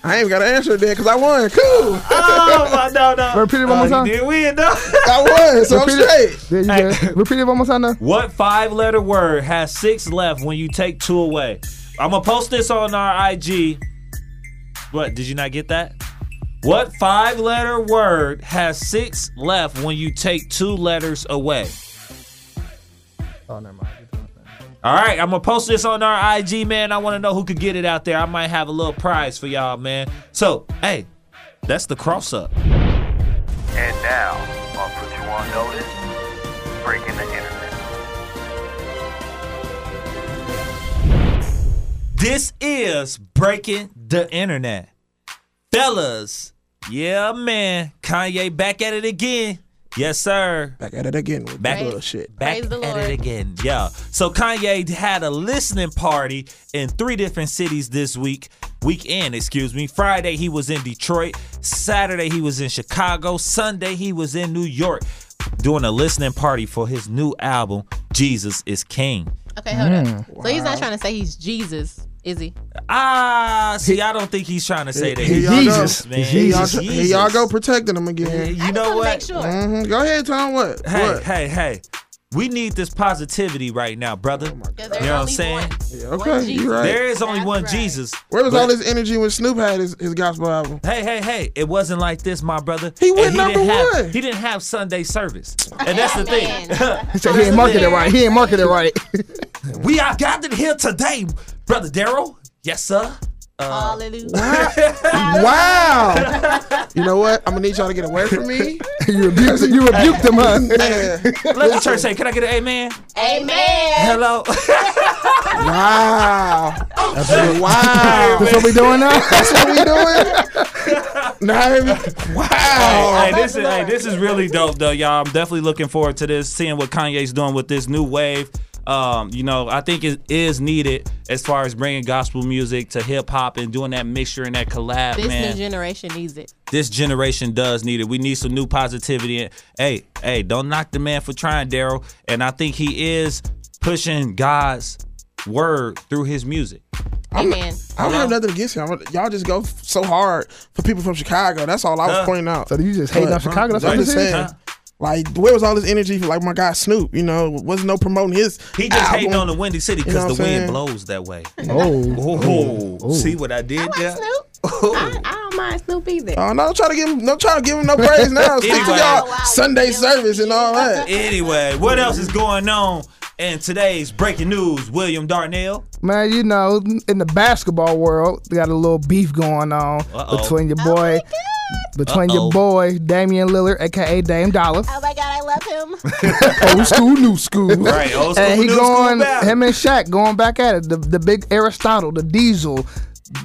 Speaker 4: I ain't got to answer that because I won. Cool.
Speaker 1: oh my no no! Uh,
Speaker 3: Repeat it one more time.
Speaker 1: you did win, no.
Speaker 4: I won, so I'm
Speaker 3: Repeat it.
Speaker 4: straight.
Speaker 3: There you go. Repeat it one more time now.
Speaker 1: what five-letter word has six left when you take two away? I'm gonna post this on our IG. What? Did you not get that? What five-letter word has six left when you take two letters away?
Speaker 3: Oh, never mind.
Speaker 1: All right, I'm gonna post this on our IG, man. I want to know who could get it out there. I might have a little prize for y'all, man. So, hey, that's the cross up.
Speaker 6: And now, I'll put you on notice, breaking the internet.
Speaker 1: This is breaking the internet, fellas. Yeah, man. Kanye back at it again. Yes, sir.
Speaker 4: Back at it again with
Speaker 1: Back-
Speaker 4: that bullshit.
Speaker 1: Back
Speaker 5: Praise the
Speaker 1: at
Speaker 5: Lord.
Speaker 1: it again. Yeah. So Kanye had a listening party in three different cities this week. Weekend, excuse me. Friday he was in Detroit. Saturday he was in Chicago. Sunday he was in New York doing a listening party for his new album, Jesus is King.
Speaker 5: Okay, hold up.
Speaker 1: Mm.
Speaker 5: So he's not trying to say he's Jesus, is he?
Speaker 1: Ah, see, I don't think he's trying to say that.
Speaker 4: Here
Speaker 1: He,
Speaker 4: y'all
Speaker 3: Jesus.
Speaker 4: go.
Speaker 1: man.
Speaker 4: Here y'all,
Speaker 1: Jesus.
Speaker 4: here y'all go protecting him again.
Speaker 1: you
Speaker 5: I just wanna
Speaker 1: know what? Mm.
Speaker 5: Make sure.
Speaker 4: hmm Go ahead, Tom. What?
Speaker 1: Hey,
Speaker 4: what?
Speaker 1: hey, hey. We need this positivity right now, brother.
Speaker 4: Oh
Speaker 5: Because
Speaker 1: You
Speaker 5: there's
Speaker 1: know what I'm
Speaker 5: only
Speaker 1: saying?
Speaker 5: one.
Speaker 4: Yeah,
Speaker 5: One
Speaker 4: okay,
Speaker 5: Jesus.
Speaker 4: you right.
Speaker 1: There is only
Speaker 5: That's
Speaker 1: one
Speaker 5: right.
Speaker 1: Jesus.
Speaker 4: Where was
Speaker 1: but-
Speaker 4: all this energy when Snoop had his, his gospel album?
Speaker 1: Hey, hey, hey! It wasn't like this, my brother.
Speaker 4: He went
Speaker 1: And
Speaker 4: number
Speaker 1: didn't have,
Speaker 4: one.
Speaker 1: He didn't have Sunday service, and that's the thing.
Speaker 3: He said he ain't market it right. He ain't market it right.
Speaker 1: we are gathered here today, brother Daryl. Yes, sir.
Speaker 5: Hallelujah.
Speaker 4: Wow. you know what? I'm gonna need y'all to get away from me.
Speaker 3: you rebuked you rebuked him, huh?
Speaker 4: Man,
Speaker 1: Let the church say, "Can I get an amen?"
Speaker 5: Amen.
Speaker 1: Hello.
Speaker 4: wow. Wow.
Speaker 3: That's what we doing now?
Speaker 4: That's what we doing. Nah, wow.
Speaker 1: hey, this is hey, this is really dope though, y'all. I'm definitely looking forward to this, seeing what Kanye's doing with this new wave. Um, you know, I think it is needed as far as bringing gospel music to hip hop and doing that mixture and that collab,
Speaker 5: This
Speaker 1: man.
Speaker 5: new generation needs it.
Speaker 1: this generation does need it. We need some new positivity. And hey, hey, don't knock the man for trying, Daryl. And I think he is pushing God's word through his music.
Speaker 5: Amen.
Speaker 4: I don't have nothing against y'all. Y'all just go f- so hard for people from Chicago. That's all I was
Speaker 1: Huh.
Speaker 4: pointing out.
Speaker 3: So you just hating on Chicago? That's what
Speaker 4: I'm
Speaker 3: you
Speaker 4: just
Speaker 3: saying.
Speaker 4: saying. Like, where was all this energy for, like, my guy Snoop? You know, wasn't no promoting his.
Speaker 1: He just
Speaker 4: album.
Speaker 1: hating on the windy city because
Speaker 4: know what
Speaker 1: the
Speaker 4: I'm
Speaker 1: wind
Speaker 4: saying?
Speaker 1: blows that way.
Speaker 3: Oh.
Speaker 1: Oh, see what I did
Speaker 5: I like
Speaker 1: there?
Speaker 5: Snoop. I, I don't mind Snoop either.
Speaker 4: Oh, no, don't try to give him, don't try to give him no praise now. Stick to
Speaker 1: Anyway.
Speaker 4: y'all
Speaker 5: Oh, wow.
Speaker 4: Sunday service and all that.
Speaker 1: Anyway, what else is going on in today's breaking news? William Darnell.
Speaker 3: Man, you know, in the basketball world, they got a little beef going on
Speaker 1: Uh-oh.
Speaker 3: between your
Speaker 5: Oh my
Speaker 3: boy,
Speaker 5: God.
Speaker 3: between
Speaker 1: Uh-oh.
Speaker 3: your boy Damian Lillard, aka Dame Dollar,
Speaker 5: Oh my God, I love him.
Speaker 3: old school, new school.
Speaker 1: Right, old school,
Speaker 3: and he
Speaker 1: new
Speaker 3: going,
Speaker 1: school battle.
Speaker 3: him and Shaq going back at it. The, the big Aristotle, the Diesel.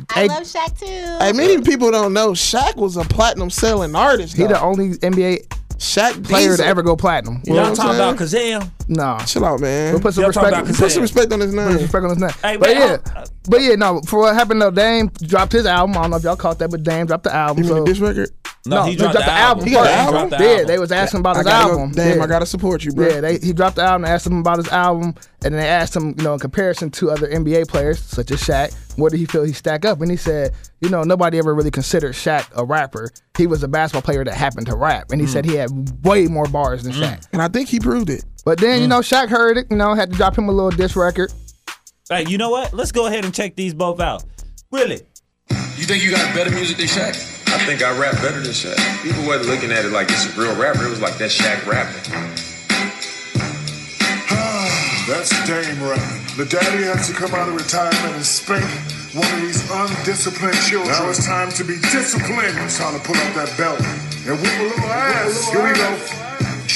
Speaker 5: I
Speaker 3: Hey,
Speaker 5: love Shaq too.
Speaker 4: Hey, many people don't know Shaq was a platinum selling artist.
Speaker 3: He
Speaker 4: He
Speaker 3: the only NBA
Speaker 4: Shaq
Speaker 3: player
Speaker 4: Diesel.
Speaker 3: to ever go platinum.
Speaker 4: know
Speaker 1: Y'all
Speaker 4: what
Speaker 1: talking
Speaker 4: I'm
Speaker 1: about Kazam?
Speaker 3: No.
Speaker 4: Chill out, man.
Speaker 3: Put some
Speaker 1: Y'all talking
Speaker 3: respect.
Speaker 1: about
Speaker 4: Put
Speaker 1: Kazam?
Speaker 4: some respect on his
Speaker 3: Put
Speaker 4: name.
Speaker 3: respect on his name.
Speaker 1: Hey,
Speaker 3: but
Speaker 1: man,
Speaker 3: yeah,
Speaker 1: I-
Speaker 3: but yeah, no. For what happened though, Dame dropped his album. I don't know if y'all caught that, but Dame dropped the album.
Speaker 4: You mean
Speaker 3: So,
Speaker 4: this record?
Speaker 3: no, he dropped, the album.
Speaker 4: He got
Speaker 3: first.
Speaker 4: the album?
Speaker 1: He dropped the
Speaker 3: Yeah, they was asking about
Speaker 4: I
Speaker 3: his
Speaker 4: gotta
Speaker 3: album.
Speaker 4: Go, damn,
Speaker 3: yeah.
Speaker 4: I gotta support you, bro.
Speaker 3: Yeah, they, he dropped the album. Asked him about his album, and they asked him, you know, in comparison to other NBA players such as Shaq, where did he feel he stack up? And he said, you know, nobody ever really considered Shaq a rapper. He was a basketball player that happened to rap, and he said he had way more bars than Shaq.
Speaker 4: and I think he proved it.
Speaker 3: But then, you know, Shaq heard it. You know, had to drop him a little diss record.
Speaker 1: Hey, you know what? Let's go ahead and check these both out. Really?
Speaker 7: You think you got better music than Shaq? I think I rap better than Shaq. People wasn't looking at it like it's a real rapper. It was like that Shaq rapping.
Speaker 8: That's Dame Ryan. The daddy has to come out of retirement and spank one of these undisciplined children. Now it's time to be disciplined. It's time to pull out that belt and whip a little ass. Here we go.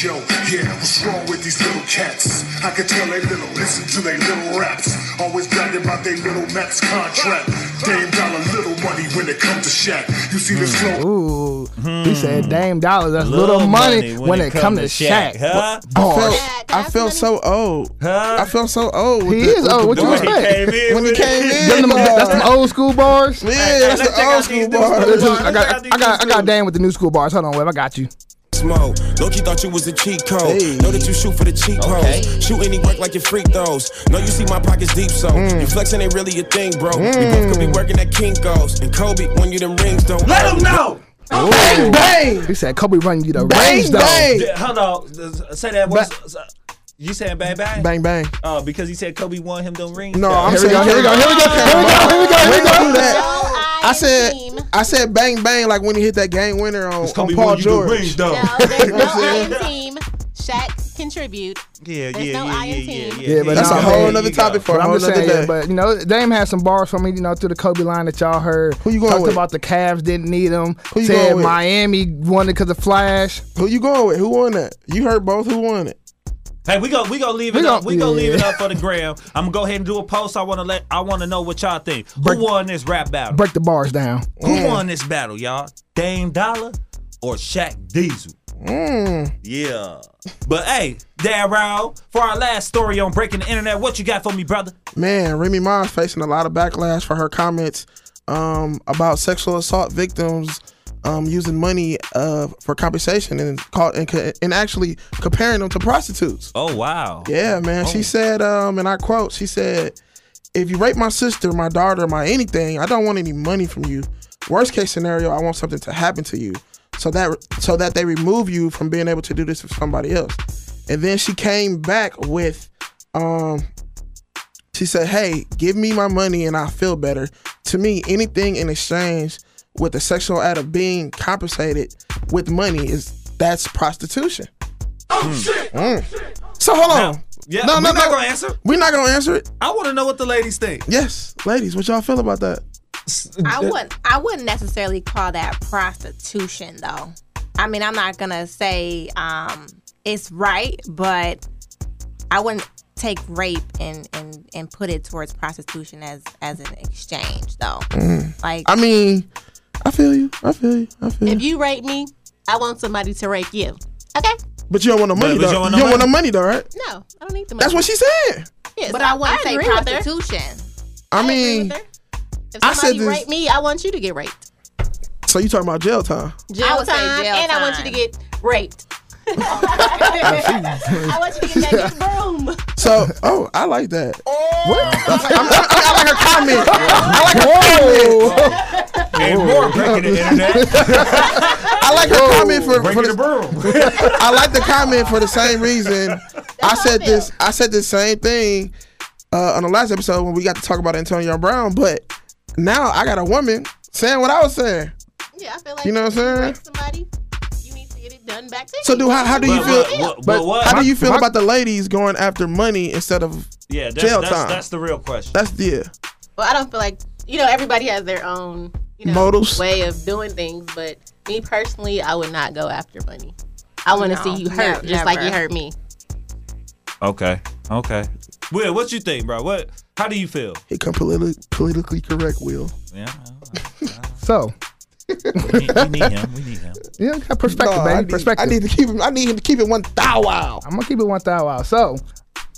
Speaker 8: Yo, yeah, what's wrong with these little cats? I can tell they little, listen to they little raps. Always bragging about they little max contract. Dame dollar little money when it comes to Shaq. You see this slow
Speaker 3: Mm. Ooh, he said, "Dame dollars, that's Hmm. little, money, when it come to Shaq."
Speaker 1: Huh?
Speaker 3: uh,
Speaker 4: I felt,
Speaker 5: Shaq,
Speaker 4: I
Speaker 5: that's
Speaker 4: felt
Speaker 5: funny.
Speaker 4: so old.
Speaker 1: Huh?
Speaker 4: I felt so old. With
Speaker 3: He
Speaker 4: the,
Speaker 3: is
Speaker 4: with
Speaker 3: old.
Speaker 4: the
Speaker 3: What you
Speaker 4: boy.
Speaker 1: When he
Speaker 3: expect?
Speaker 1: came in
Speaker 4: When he
Speaker 1: with it.
Speaker 4: came in,
Speaker 3: Them the-
Speaker 4: man.
Speaker 3: that's some old school bars.
Speaker 4: yeah,
Speaker 1: Hey,
Speaker 4: that's
Speaker 1: let's
Speaker 4: the
Speaker 1: check out
Speaker 4: old
Speaker 1: these
Speaker 4: school
Speaker 1: new
Speaker 4: bar.
Speaker 1: schools.
Speaker 3: Just- I
Speaker 1: Check out
Speaker 3: got,
Speaker 1: these
Speaker 3: I got, I
Speaker 1: new schools.
Speaker 3: got Dame with the new school bars. Hold on, Web, I got you.
Speaker 9: Smoke. Loki thought you was a cheat code.
Speaker 4: Hey.
Speaker 9: Know that you shoot for the cheat codes. Shoot any work like your freak throws. Know you see my pockets deep, so you flexing ain't really a thing, bro. We both could be working at Kinko's. And Kobe, when you them rings don't.
Speaker 1: Let him know.
Speaker 4: Bang bang,
Speaker 3: He said, "Kobe running you the
Speaker 4: Bang,
Speaker 3: range, though."
Speaker 4: bang.
Speaker 1: Yeah, Hold on. Say that once. You saying bang bang?
Speaker 4: bang bang.
Speaker 1: Oh, because he said Kobe won him them rings.
Speaker 4: No,
Speaker 3: Here
Speaker 4: I'm
Speaker 3: we
Speaker 4: saying
Speaker 3: go. Here we go. Here we go. Here we go. Here we go. Here we go.
Speaker 4: do that.
Speaker 5: I,
Speaker 4: I said,
Speaker 5: Team.
Speaker 4: I said, bang bang, like when he hit that game winner on, on
Speaker 1: Kobe
Speaker 4: Paul
Speaker 1: won you them
Speaker 4: George.
Speaker 1: rings, though.
Speaker 5: No, there's no I am team. Shaq contribute.
Speaker 1: Yeah, yeah,
Speaker 5: There's no
Speaker 1: yeah,
Speaker 5: I
Speaker 1: yeah,
Speaker 5: in
Speaker 1: yeah,
Speaker 5: team.
Speaker 1: yeah,
Speaker 3: Yeah, but
Speaker 1: yeah,
Speaker 4: That's
Speaker 1: you
Speaker 4: a
Speaker 1: go.
Speaker 4: whole
Speaker 1: Yeah,
Speaker 4: nother
Speaker 1: you go.
Speaker 4: topic for a
Speaker 3: But I'm
Speaker 4: whole
Speaker 3: just
Speaker 4: nother
Speaker 3: saying, yeah,
Speaker 4: day.
Speaker 3: but you know, Dame had some bars for me, you know, through the Kobe line that y'all heard. Who
Speaker 4: you going
Speaker 3: Talked
Speaker 4: with?
Speaker 3: about the Cavs didn't need him.
Speaker 4: Who you
Speaker 3: said
Speaker 4: going with?
Speaker 3: Miami won it because of Flash.
Speaker 4: Who you going with? Who won that? You heard both. Who won it?
Speaker 1: Hey, we go we gonna leave it
Speaker 3: We
Speaker 1: up.
Speaker 3: gon-
Speaker 1: we gonna leave it
Speaker 3: yeah.
Speaker 1: up for the gram. I'm gonna go ahead and do a post. I wanna let I wanna know what y'all think. Who won this rap battle?
Speaker 3: Break the bars down.
Speaker 1: Who won this battle, y'all? Dame Dollar or Shaq Diesel? Yeah. But hey, Dad Rao, for our last story on breaking the internet, what you got for me, brother?
Speaker 4: Man, Remy Ma's facing a lot of backlash for her comments um, about sexual assault victims um, using money uh, for compensation and call, and, co- and actually comparing them to prostitutes.
Speaker 1: Oh wow.
Speaker 4: Yeah, man. She said, um, and I quote, she said, if you rape my sister, my daughter, my anything, I don't want any money from you. Worst case scenario, I want something to happen to you. So that so that they remove you from being able to do this for somebody else. And then she came back with, um, she said, "Hey, give me my money and I feel better." To me, anything in exchange with the sexual act of being compensated with money is that's prostitution. Mm. So hold on.
Speaker 1: Yeah, no, no, we're not gonna answer.
Speaker 4: We're not gonna answer it.
Speaker 1: I want to know what the ladies think.
Speaker 4: Yes, ladies, what y'all feel about that?
Speaker 5: I wouldn't. I wouldn't necessarily call that prostitution, though. I mean, I'm not gonna say um, it's right, but I wouldn't take rape and, and, and put it towards prostitution as as an exchange, though. Like,
Speaker 4: I mean, I feel you. I feel you. I feel you.
Speaker 10: If you rape me, I want somebody to rape you.
Speaker 5: okay,
Speaker 4: But you don't want no money
Speaker 1: but
Speaker 4: though.
Speaker 1: you don't
Speaker 4: You don't
Speaker 1: want no
Speaker 4: want no money though, right?
Speaker 5: no, I don't need the money.
Speaker 4: That's what she said.
Speaker 10: Yes,
Speaker 5: But I wouldn't say
Speaker 10: agree with her.
Speaker 5: prostitution.
Speaker 4: I
Speaker 5: agree
Speaker 4: mean,
Speaker 5: with her.
Speaker 10: If
Speaker 4: I said
Speaker 10: somebody
Speaker 4: this-
Speaker 10: rape me, I want you to get raped.
Speaker 4: so you talking about jail time?
Speaker 10: Jail
Speaker 5: I would say
Speaker 10: time,
Speaker 5: jail
Speaker 10: and I want you to
Speaker 5: time.
Speaker 10: get raped. I want you to get that big broom.
Speaker 4: So, oh, I like that. I'm- I, I like her comment. I like her comment.
Speaker 1: And more breaking the internet,
Speaker 4: I like her comment for, for
Speaker 1: breaking the
Speaker 4: the,
Speaker 1: broom.
Speaker 4: I like the comment for the same reason. I said this. I said the same thing uh, on the last episode when we got to talk about Antonio Brown. But now I got a woman saying what I was saying.
Speaker 10: Yeah, I feel like
Speaker 4: You know what I'm
Speaker 10: if you
Speaker 4: saying?
Speaker 10: rape Somebody, you need to get it done back to
Speaker 4: So
Speaker 10: you.
Speaker 4: do how- how do you
Speaker 1: But, but,
Speaker 4: feel-
Speaker 10: That's how
Speaker 1: but,
Speaker 10: I
Speaker 1: but,
Speaker 4: But
Speaker 1: what?
Speaker 4: how do you feel
Speaker 3: my-
Speaker 4: about the ladies going after money instead of
Speaker 1: yeah, that's,
Speaker 4: jail
Speaker 1: that's,
Speaker 4: time?
Speaker 1: That's the real question.
Speaker 4: that's the
Speaker 10: Well, I don't feel like you know everybody has their own you know,
Speaker 4: Motives.
Speaker 10: way of doing things, but me personally, I would not go after money. I want to
Speaker 5: No,
Speaker 10: see you hurt,
Speaker 5: ne-
Speaker 10: just like you
Speaker 5: never.
Speaker 10: hurt me.
Speaker 1: Okay, okay. Will, what you think, bro? What? How do you feel?
Speaker 4: he come politi- politically correct. Will
Speaker 1: Yeah,
Speaker 3: So,
Speaker 1: we need, we need him. We need him.
Speaker 3: yeah, got perspective,
Speaker 4: No,
Speaker 3: baby.
Speaker 4: I need,
Speaker 3: perspective.
Speaker 4: I need to keep him. I need him to keep it one thou wow.
Speaker 3: I'm gonna keep it one thou out. So,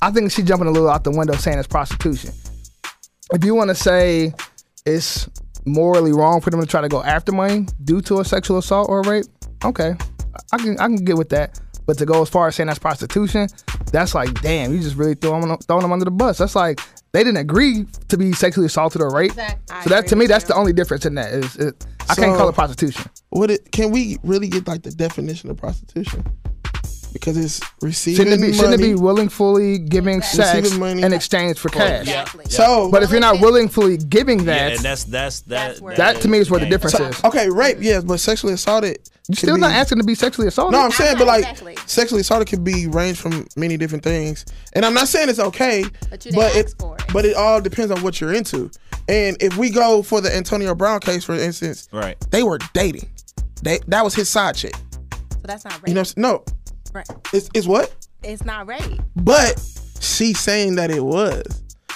Speaker 3: I think she's jumping a little out the window saying it's prostitution. If you want to say it's morally wrong for them to try to go after money due to a sexual assault or rape, okay, I can I can get with that. But to go as far as saying that's prostitution, that's like damn, you just really throwing them, throwing them under the bus. That's like they didn't agree to be sexually assaulted or raped.
Speaker 5: Exactly. I
Speaker 3: So that to
Speaker 5: agree
Speaker 3: me,
Speaker 5: with
Speaker 3: that's
Speaker 5: you.
Speaker 3: the only difference in that. Is it, I
Speaker 4: So-
Speaker 3: can't call it prostitution.
Speaker 4: What it, can we really get like the definition of prostitution? Because it's receiving
Speaker 3: Shouldn't it be
Speaker 4: money.
Speaker 3: shouldn't it be willingly giving sex
Speaker 4: Receiving money.
Speaker 3: in exchange for cash?
Speaker 5: Exactly.
Speaker 4: so,
Speaker 3: But if you're not willingfully giving
Speaker 1: Yeah,
Speaker 3: that,
Speaker 1: and that's that's that.
Speaker 5: That's where-
Speaker 3: that to me is where the
Speaker 1: Yeah.
Speaker 3: difference
Speaker 4: so
Speaker 3: is.
Speaker 4: okay, rape yes, but sexually assaulted.
Speaker 3: You're
Speaker 4: can
Speaker 3: still
Speaker 4: be-
Speaker 3: not asking to be sexually assaulted.
Speaker 4: No, I'm saying, but like
Speaker 5: Exactly.
Speaker 4: sexually assaulted can be range from many different things, and I'm not saying it's okay,
Speaker 5: But you didn't
Speaker 4: but
Speaker 5: ask
Speaker 4: it,
Speaker 5: for it.
Speaker 4: but it all depends on what you're into. And if we go for the Antonio Brown case, for instance,
Speaker 1: Right.
Speaker 4: they were dating. They, that was his side chick.
Speaker 5: So that's not rape.
Speaker 4: You know, what I'm s-
Speaker 5: Ra-
Speaker 4: no, it's, it's what?
Speaker 5: It's not rape.
Speaker 4: But she's saying that it was,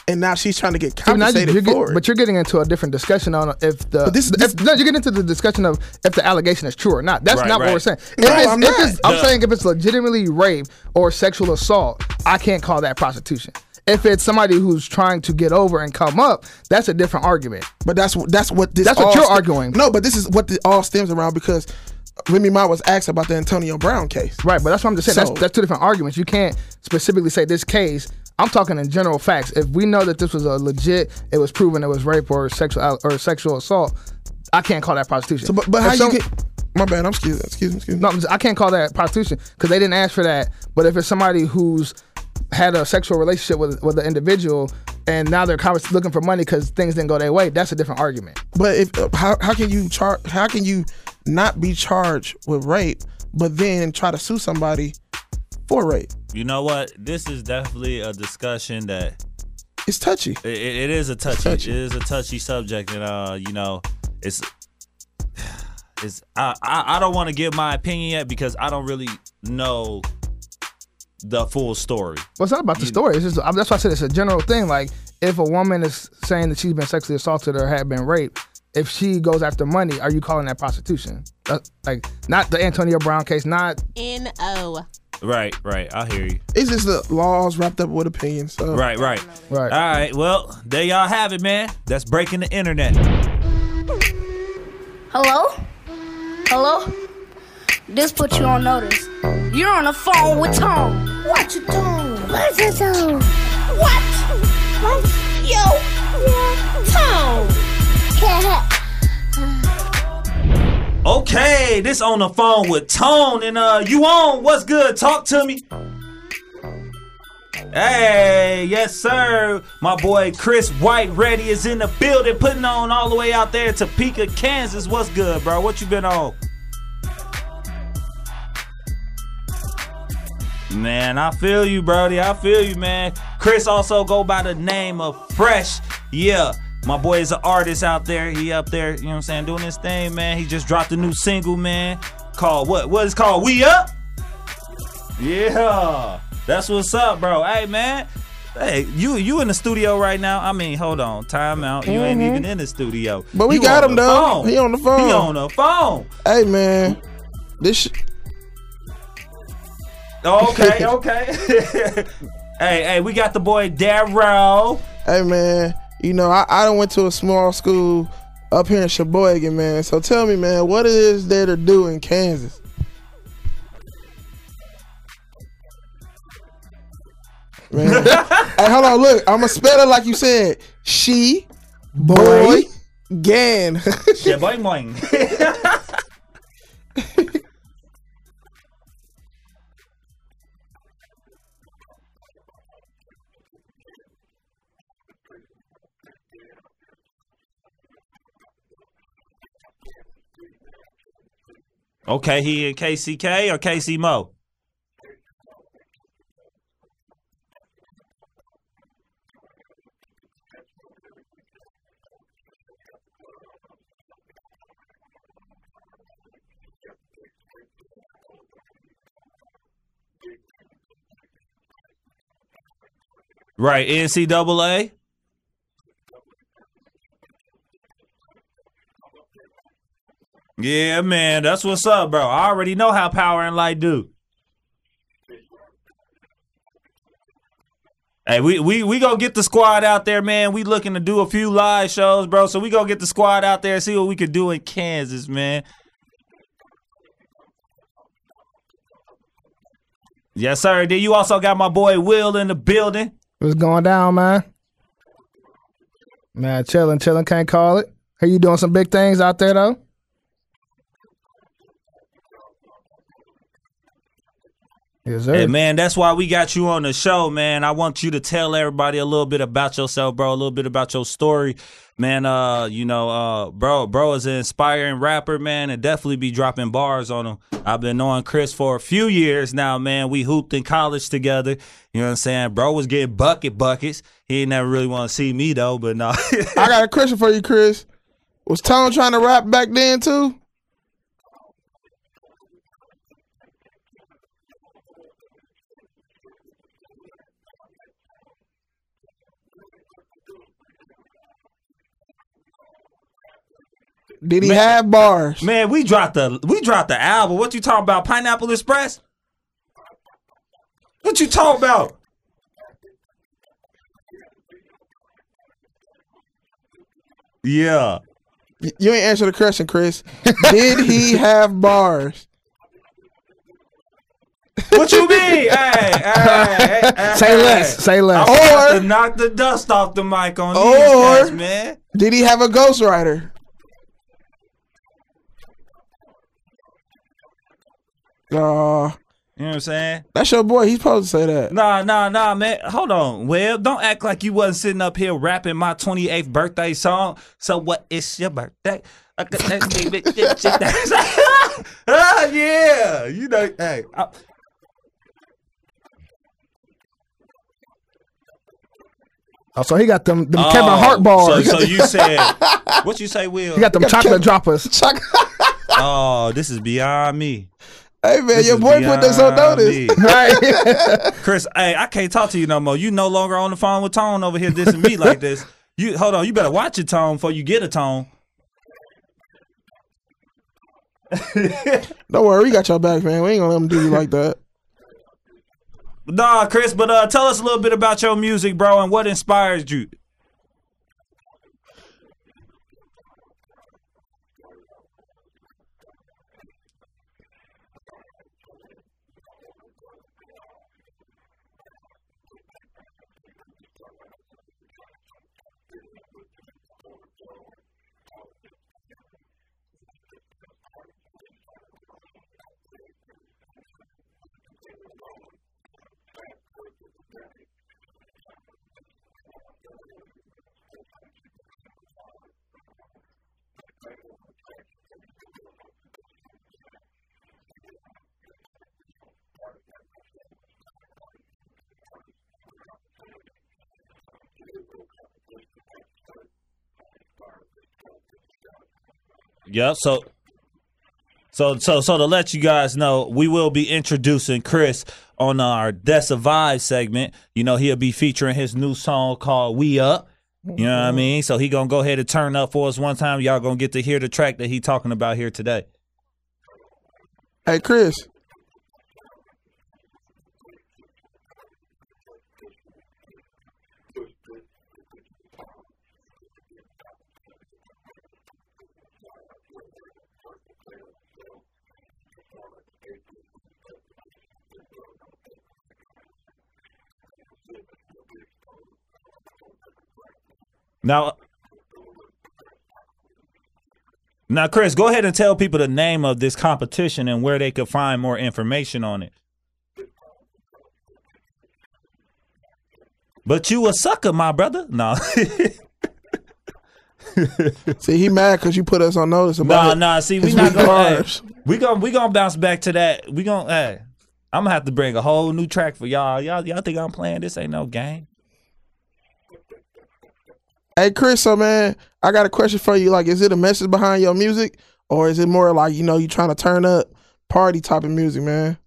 Speaker 4: and now she's trying to get
Speaker 3: See, now you-
Speaker 4: compensated
Speaker 3: you're get-
Speaker 4: for it.
Speaker 3: but you're getting into a different discussion on if the
Speaker 4: But this-
Speaker 3: if,
Speaker 4: this-
Speaker 3: no, you're getting into the discussion of if the allegation is true or not. That's
Speaker 1: Right,
Speaker 3: not
Speaker 1: right.
Speaker 3: what we're saying. If
Speaker 4: No,
Speaker 3: it's,
Speaker 4: I'm
Speaker 3: if
Speaker 4: not.
Speaker 3: it's- I'm
Speaker 1: No.
Speaker 3: saying if it's legitimately rape or sexual assault, I can't call that prostitution. If it's somebody who's trying to get over and come up, that's a different argument.
Speaker 4: But that's wh- that's what this.
Speaker 3: That's what
Speaker 4: all
Speaker 3: you're arguing.
Speaker 4: No, but this is what the, all stems around because Remy Ma was asked about the Antonio Brown case.
Speaker 3: Right, but that's what I'm just saying.
Speaker 4: So-
Speaker 3: that's, that's two different arguments. You can't specifically say this case. I'm talking in general facts. If we know that this was a legit, it was proven it was rape or sexual al- or sexual assault. I can't call that prostitution.
Speaker 4: So, but, but
Speaker 3: If
Speaker 4: how
Speaker 3: some-
Speaker 4: you get? My bad. I'm excuse. Excuse me. Excuse me.
Speaker 3: No, I'm just, I can't call that prostitution because they didn't ask for that. But if it's somebody who's had a sexual relationship with with an individual and now they're convers- looking for money because things didn't go their way, that's a different argument.
Speaker 4: But if uh, how how can you charge? How can you not be charged with rape, but then try to sue somebody for rape?
Speaker 1: You know what? This is definitely a discussion that
Speaker 4: It's touchy.
Speaker 1: it, it it is a touchy,
Speaker 4: touchy.
Speaker 1: It is a touchy subject, and uh, you know, it's it's I I, I don't want to give my opinion yet because I don't really know the full story.
Speaker 3: Well, it's not about the story. It's just I that's why I said it's a general thing. Like if a woman is saying that she's been sexually assaulted or had been raped, if she goes after money, are you calling that prostitution? That- like not the Antonio Brown case, not
Speaker 10: N O.
Speaker 1: Right, right. I hear you.
Speaker 4: It's just the laws wrapped up with opinions. So
Speaker 1: Right, right. All
Speaker 3: right.
Speaker 1: right. Well, there y'all have it, man. That's breaking the internet.
Speaker 11: Hello? Hello? This put you on notice. You're on the phone with Tom. What you doing? What you doing? What? what? Yo, Tom.
Speaker 1: Okay, this on the phone with Tone and uh you on what's good? Talk to me. Hey, yes, sir. My boy Chris White Ready is in the building, putting on all the way out there to Topeka, Kansas. What's good, bro? What you been on? Man, I feel you, Brody. I feel you, man. Chris also go by the name of Fresh. Yeah. My boy is an artist out there. He up there, you know what I'm saying, doing his thing, man. He just dropped a new single, man. Called what? What is it called? We Up? Yeah. That's what's up, bro. Hey, man. Hey, you you in the studio right now? I mean, hold on, time out. You ain't
Speaker 4: Mhm.
Speaker 1: even in the studio.
Speaker 4: But we
Speaker 1: You
Speaker 4: got
Speaker 1: on
Speaker 4: him
Speaker 1: the
Speaker 4: though.
Speaker 1: phone.
Speaker 4: He on the phone.
Speaker 1: He on the phone.
Speaker 4: Hey man, this sh-
Speaker 1: Okay, okay. hey, hey, we got the boy Darrow.
Speaker 4: Hey man, you know I I done went to a small school up here in Sheboygan, man. So tell me, man, what is there to do in Kansas? Man. hey, hold on, look, I'ma spell it like you said. She, boy, gan.
Speaker 1: Sheboygan. boing. Okay, he in KCK or KC Mo? Right, NCAA. Yeah, man, that's what's up, bro. I already know how power and light do. Hey, we we we gonna get the squad out there, man. We looking to do a few live shows, bro. So we gonna get the squad out there and see what we can do in Kansas, man. Yes, sir. Then you also got my boy Will in the building.
Speaker 3: What's going down, man? Man, chilling, chilling. Can't call it. Are you doing some big things out there though? Yes, sir.
Speaker 1: Hey man, that's why we got you on the show, man. I want you to tell everybody a little bit about yourself, bro. A little bit about your story, man. Uh, you know, uh, bro, bro is an inspiring rapper, man, and definitely be dropping bars on him. I've been knowing Chris for a few years now, man. We hooped in college together. You know what I'm saying? Bro was getting bucket buckets. He ain't never really want to see me though, but no.
Speaker 4: I got a question for you, Chris. Was Tone trying to rap back then too? Did he have bars?
Speaker 1: Man, we dropped the we dropped the album. What you talking about? Pineapple Express? What you talking about? Yeah.
Speaker 4: Y- You ain't answer the question, Chris. Did he have bars?
Speaker 1: What you mean? hey, hey, hey,
Speaker 4: Say
Speaker 1: hey.
Speaker 4: less, say less.
Speaker 1: I'm about
Speaker 4: Or-
Speaker 1: to knock the dust off the mic on these
Speaker 4: Or-
Speaker 1: guys, man.
Speaker 4: Did he have a ghostwriter? Uh,
Speaker 1: You know what I'm saying?
Speaker 4: that's your boy. He's supposed to say that.
Speaker 1: Nah, nah, nah, man. Hold on. Well, don't act like you wasn't sitting up here rapping my 28th birthday song. So what is your birthday? I got that baby, get you that- ah, yeah. You know, hey. I,
Speaker 3: Oh, so he got them, them Kevin Hart balls.
Speaker 1: Oh, So, so you said, what you say, Will?
Speaker 3: he got them chocolate droppers.
Speaker 1: Oh, this is beyond me.
Speaker 4: Hey man,
Speaker 1: This
Speaker 4: your
Speaker 1: is
Speaker 4: boy put this on
Speaker 1: beyond
Speaker 4: notice.
Speaker 1: me.
Speaker 3: Right.
Speaker 1: Chris, hey, I can't talk to you no more. You no longer on the phone with Tone over here dissing me like this. You hold on, you better watch your tone before you get a tone.
Speaker 4: Don't worry, we got your back, man. We ain't gonna let him do you like that.
Speaker 1: Nah, Chris, but uh, tell us a little bit about your music, bro, and what inspires you. Yep. So, so, so, so to let you guys know, we will be introducing Chris on our That's a Vibe segment. You know, he'll be featuring his new song called "We Up." You know what I mean? So he gonna go ahead and turn up for us one time. Y'all gonna get to hear the track that he talking about here today.
Speaker 4: Hey, Chris.
Speaker 1: Now, now, Chris, go ahead and tell people the name of this competition and where they could find more information on it. But you a sucker, my brother. No,
Speaker 4: See, he mad because you put us on notice about
Speaker 1: no,
Speaker 4: it.
Speaker 1: no. See, we
Speaker 4: His
Speaker 1: not
Speaker 4: weak
Speaker 1: gonna.
Speaker 4: bars.
Speaker 1: hey, we gonna we gonna bounce back to that. We gonna. Hey, I'm gonna have to bring a whole new track for y'all. Y'all y'all think I'm playing? This ain't no game.
Speaker 4: Hey, Chris, so man, I got a question for you. Like, is it a message behind your music, or is it more like you know you trying to turn up party type of music, man?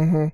Speaker 4: Mm-hmm.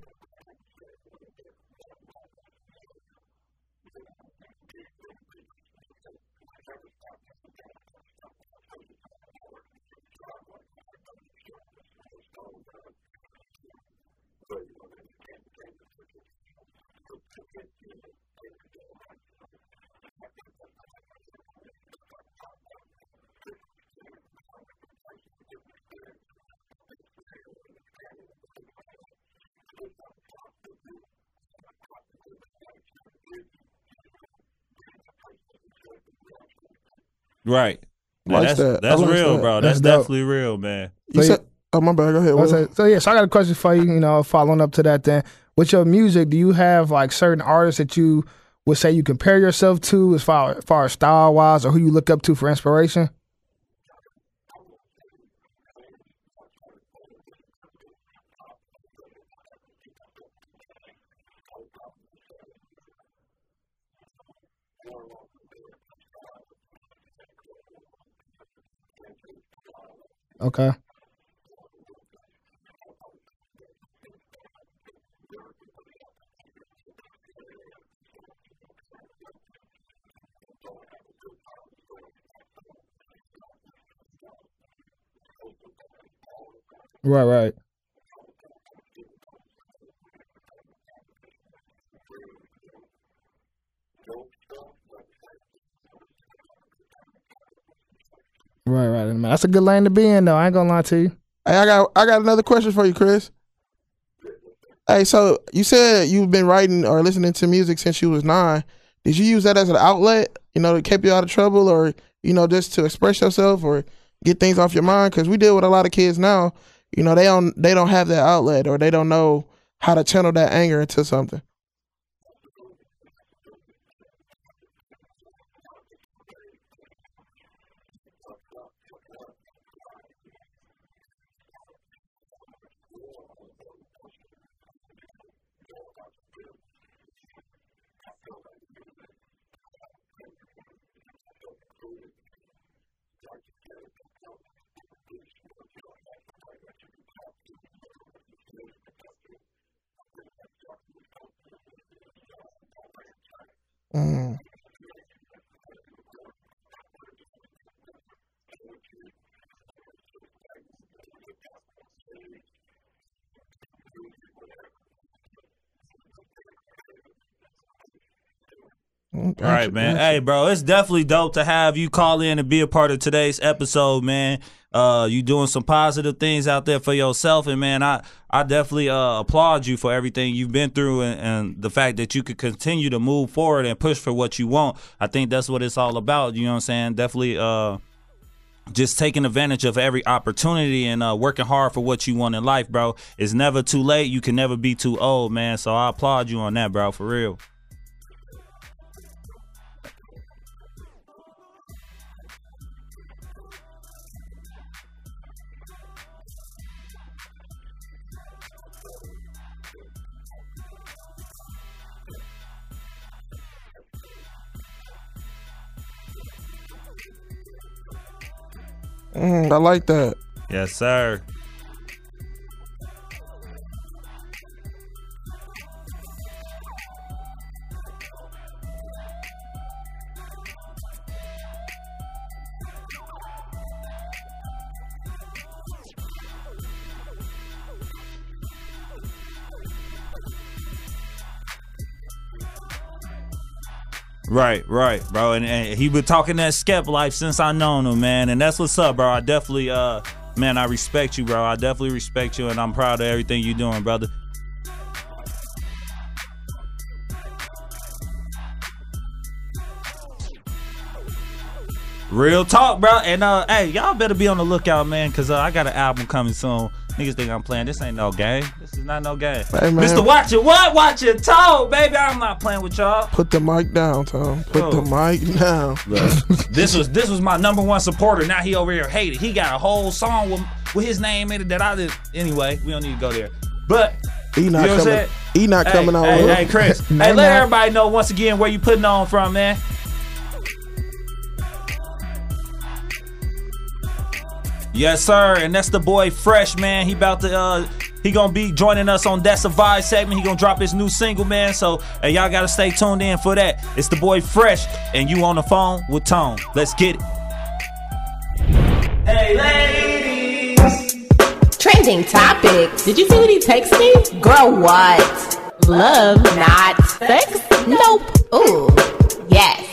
Speaker 1: Right. Now,
Speaker 4: Like
Speaker 1: that's
Speaker 4: that. I
Speaker 1: that's
Speaker 4: like
Speaker 1: real,
Speaker 4: that.
Speaker 1: bro.
Speaker 4: That's
Speaker 1: That's,
Speaker 4: dope.
Speaker 1: definitely real, man.
Speaker 4: You said, oh my bad. Go ahead.
Speaker 3: I
Speaker 4: Will.
Speaker 3: said- so yeah, so I got a question for you. You know, following up to that, then with your music, do you have like certain artists that you would say you compare yourself to as far as far as style wise, or who you look up to for inspiration? Okay. Right, right. Right, right. Man, that's a good lane to be in, though. I ain't gonna lie to you.
Speaker 4: Hey, I got I got another question for you, Chris. Hey, so you said you've been writing or listening to music since you was nine. Did you use that as an outlet, you know, to keep you out of trouble, or you know, just to express yourself or get things off your mind? Because we deal with a lot of kids now. You know, they don't they don't have that outlet, or they don't know how to channel that anger into something. Mm.
Speaker 1: All right, man. Hey, bro, it's definitely dope to have you call in and be a part of today's episode, man. Uh, you doing some positive things out there for yourself, and man, I I definitely uh, applaud you for everything you've been through and, and the fact that you could continue to move forward and push for what you want. I think that's what it's all about. You know what I'm saying? Definitely. Uh, just taking advantage of every opportunity and uh, working hard for what you want in life, bro. It's never too late. You can never be too old, man. So I applaud you on that, bro, for real.
Speaker 4: Mm, I like that.
Speaker 1: Yes, sir. Right, right, bro. And, and he been talking that skep life since I known him, man. And that's what's up, bro. I definitely, uh, man, I respect you, bro. I definitely respect you, and I'm proud of everything you doing, brother. Real talk, bro. And uh, hey, y'all better be on the lookout, man, because uh, I got an album coming soon. Niggas think I'm playing. This ain't no game. This is not no game.
Speaker 4: Hey, man.
Speaker 1: Mr. Watch It What? Watch It Talk, baby. I'm not playing with y'all.
Speaker 4: Put the mic down, Tom. Put
Speaker 1: Yo.
Speaker 4: the mic down.
Speaker 1: this was this was my number one supporter. Now he over here hated. He got a whole song with, with his name in it that I did. Anyway, we don't need to go there. But
Speaker 4: He
Speaker 1: you know
Speaker 4: not
Speaker 1: what I'm
Speaker 4: coming.
Speaker 1: saying?
Speaker 4: He not
Speaker 1: hey,
Speaker 4: coming out.
Speaker 1: Hey,
Speaker 4: with-
Speaker 1: hey, Chris. hey,
Speaker 4: Man,
Speaker 1: let everybody know once again where you putting on from, man. Yes, sir. And that's the boy Fresh, man. He about to uh he gonna be joining us on that Survive segment. He gonna drop his new single, man. So hey, y'all gotta stay tuned in for that. It's the boy Fresh, and you on the phone with Tone. Let's get it.
Speaker 10: Trending topic. Did you see what he text me? Girl, what? Love, not sex? Nope. Ooh. Yes.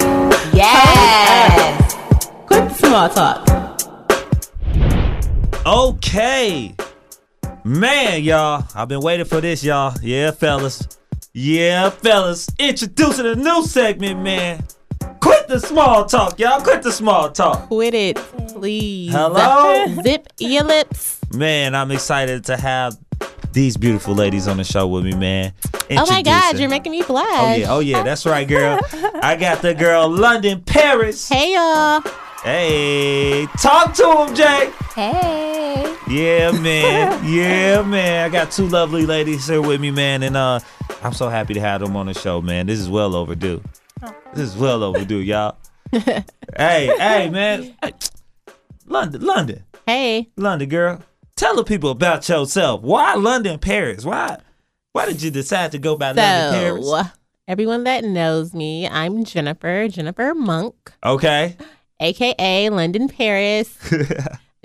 Speaker 10: Yes. Quit the small talk.
Speaker 1: Okay. Man, y'all. I've been waiting for this, y'all. Yeah, fellas. Yeah, fellas. Introducing a new segment, man. Quit the small talk, y'all. Quit the small talk.
Speaker 10: Quit it, please.
Speaker 1: Hello?
Speaker 10: Zip your lips.
Speaker 1: Man, I'm excited to have these beautiful ladies on the show with me, man.
Speaker 10: Oh my God,
Speaker 1: Introducing-
Speaker 10: you're making me flash.
Speaker 1: Oh yeah, oh yeah, that's right, girl. I got the girl London Paris.
Speaker 10: Hey y'all.
Speaker 1: Hey, talk to him, Jay.
Speaker 10: Hey.
Speaker 1: Yeah, man. Yeah, man. I got two lovely ladies here with me, man, and uh, I'm so happy to have them on the show, man. This is well overdue.
Speaker 10: Oh.
Speaker 1: This is well overdue, y'all. hey, hey, man. Hey, London, London.
Speaker 10: Hey.
Speaker 1: London girl. Tell the people about yourself. Why London Paris? Why why did you decide to go by London Paris?
Speaker 10: So, everyone that knows me, I'm Jennifer, Jennifer Monk,
Speaker 1: Okay.
Speaker 10: aka London Paris.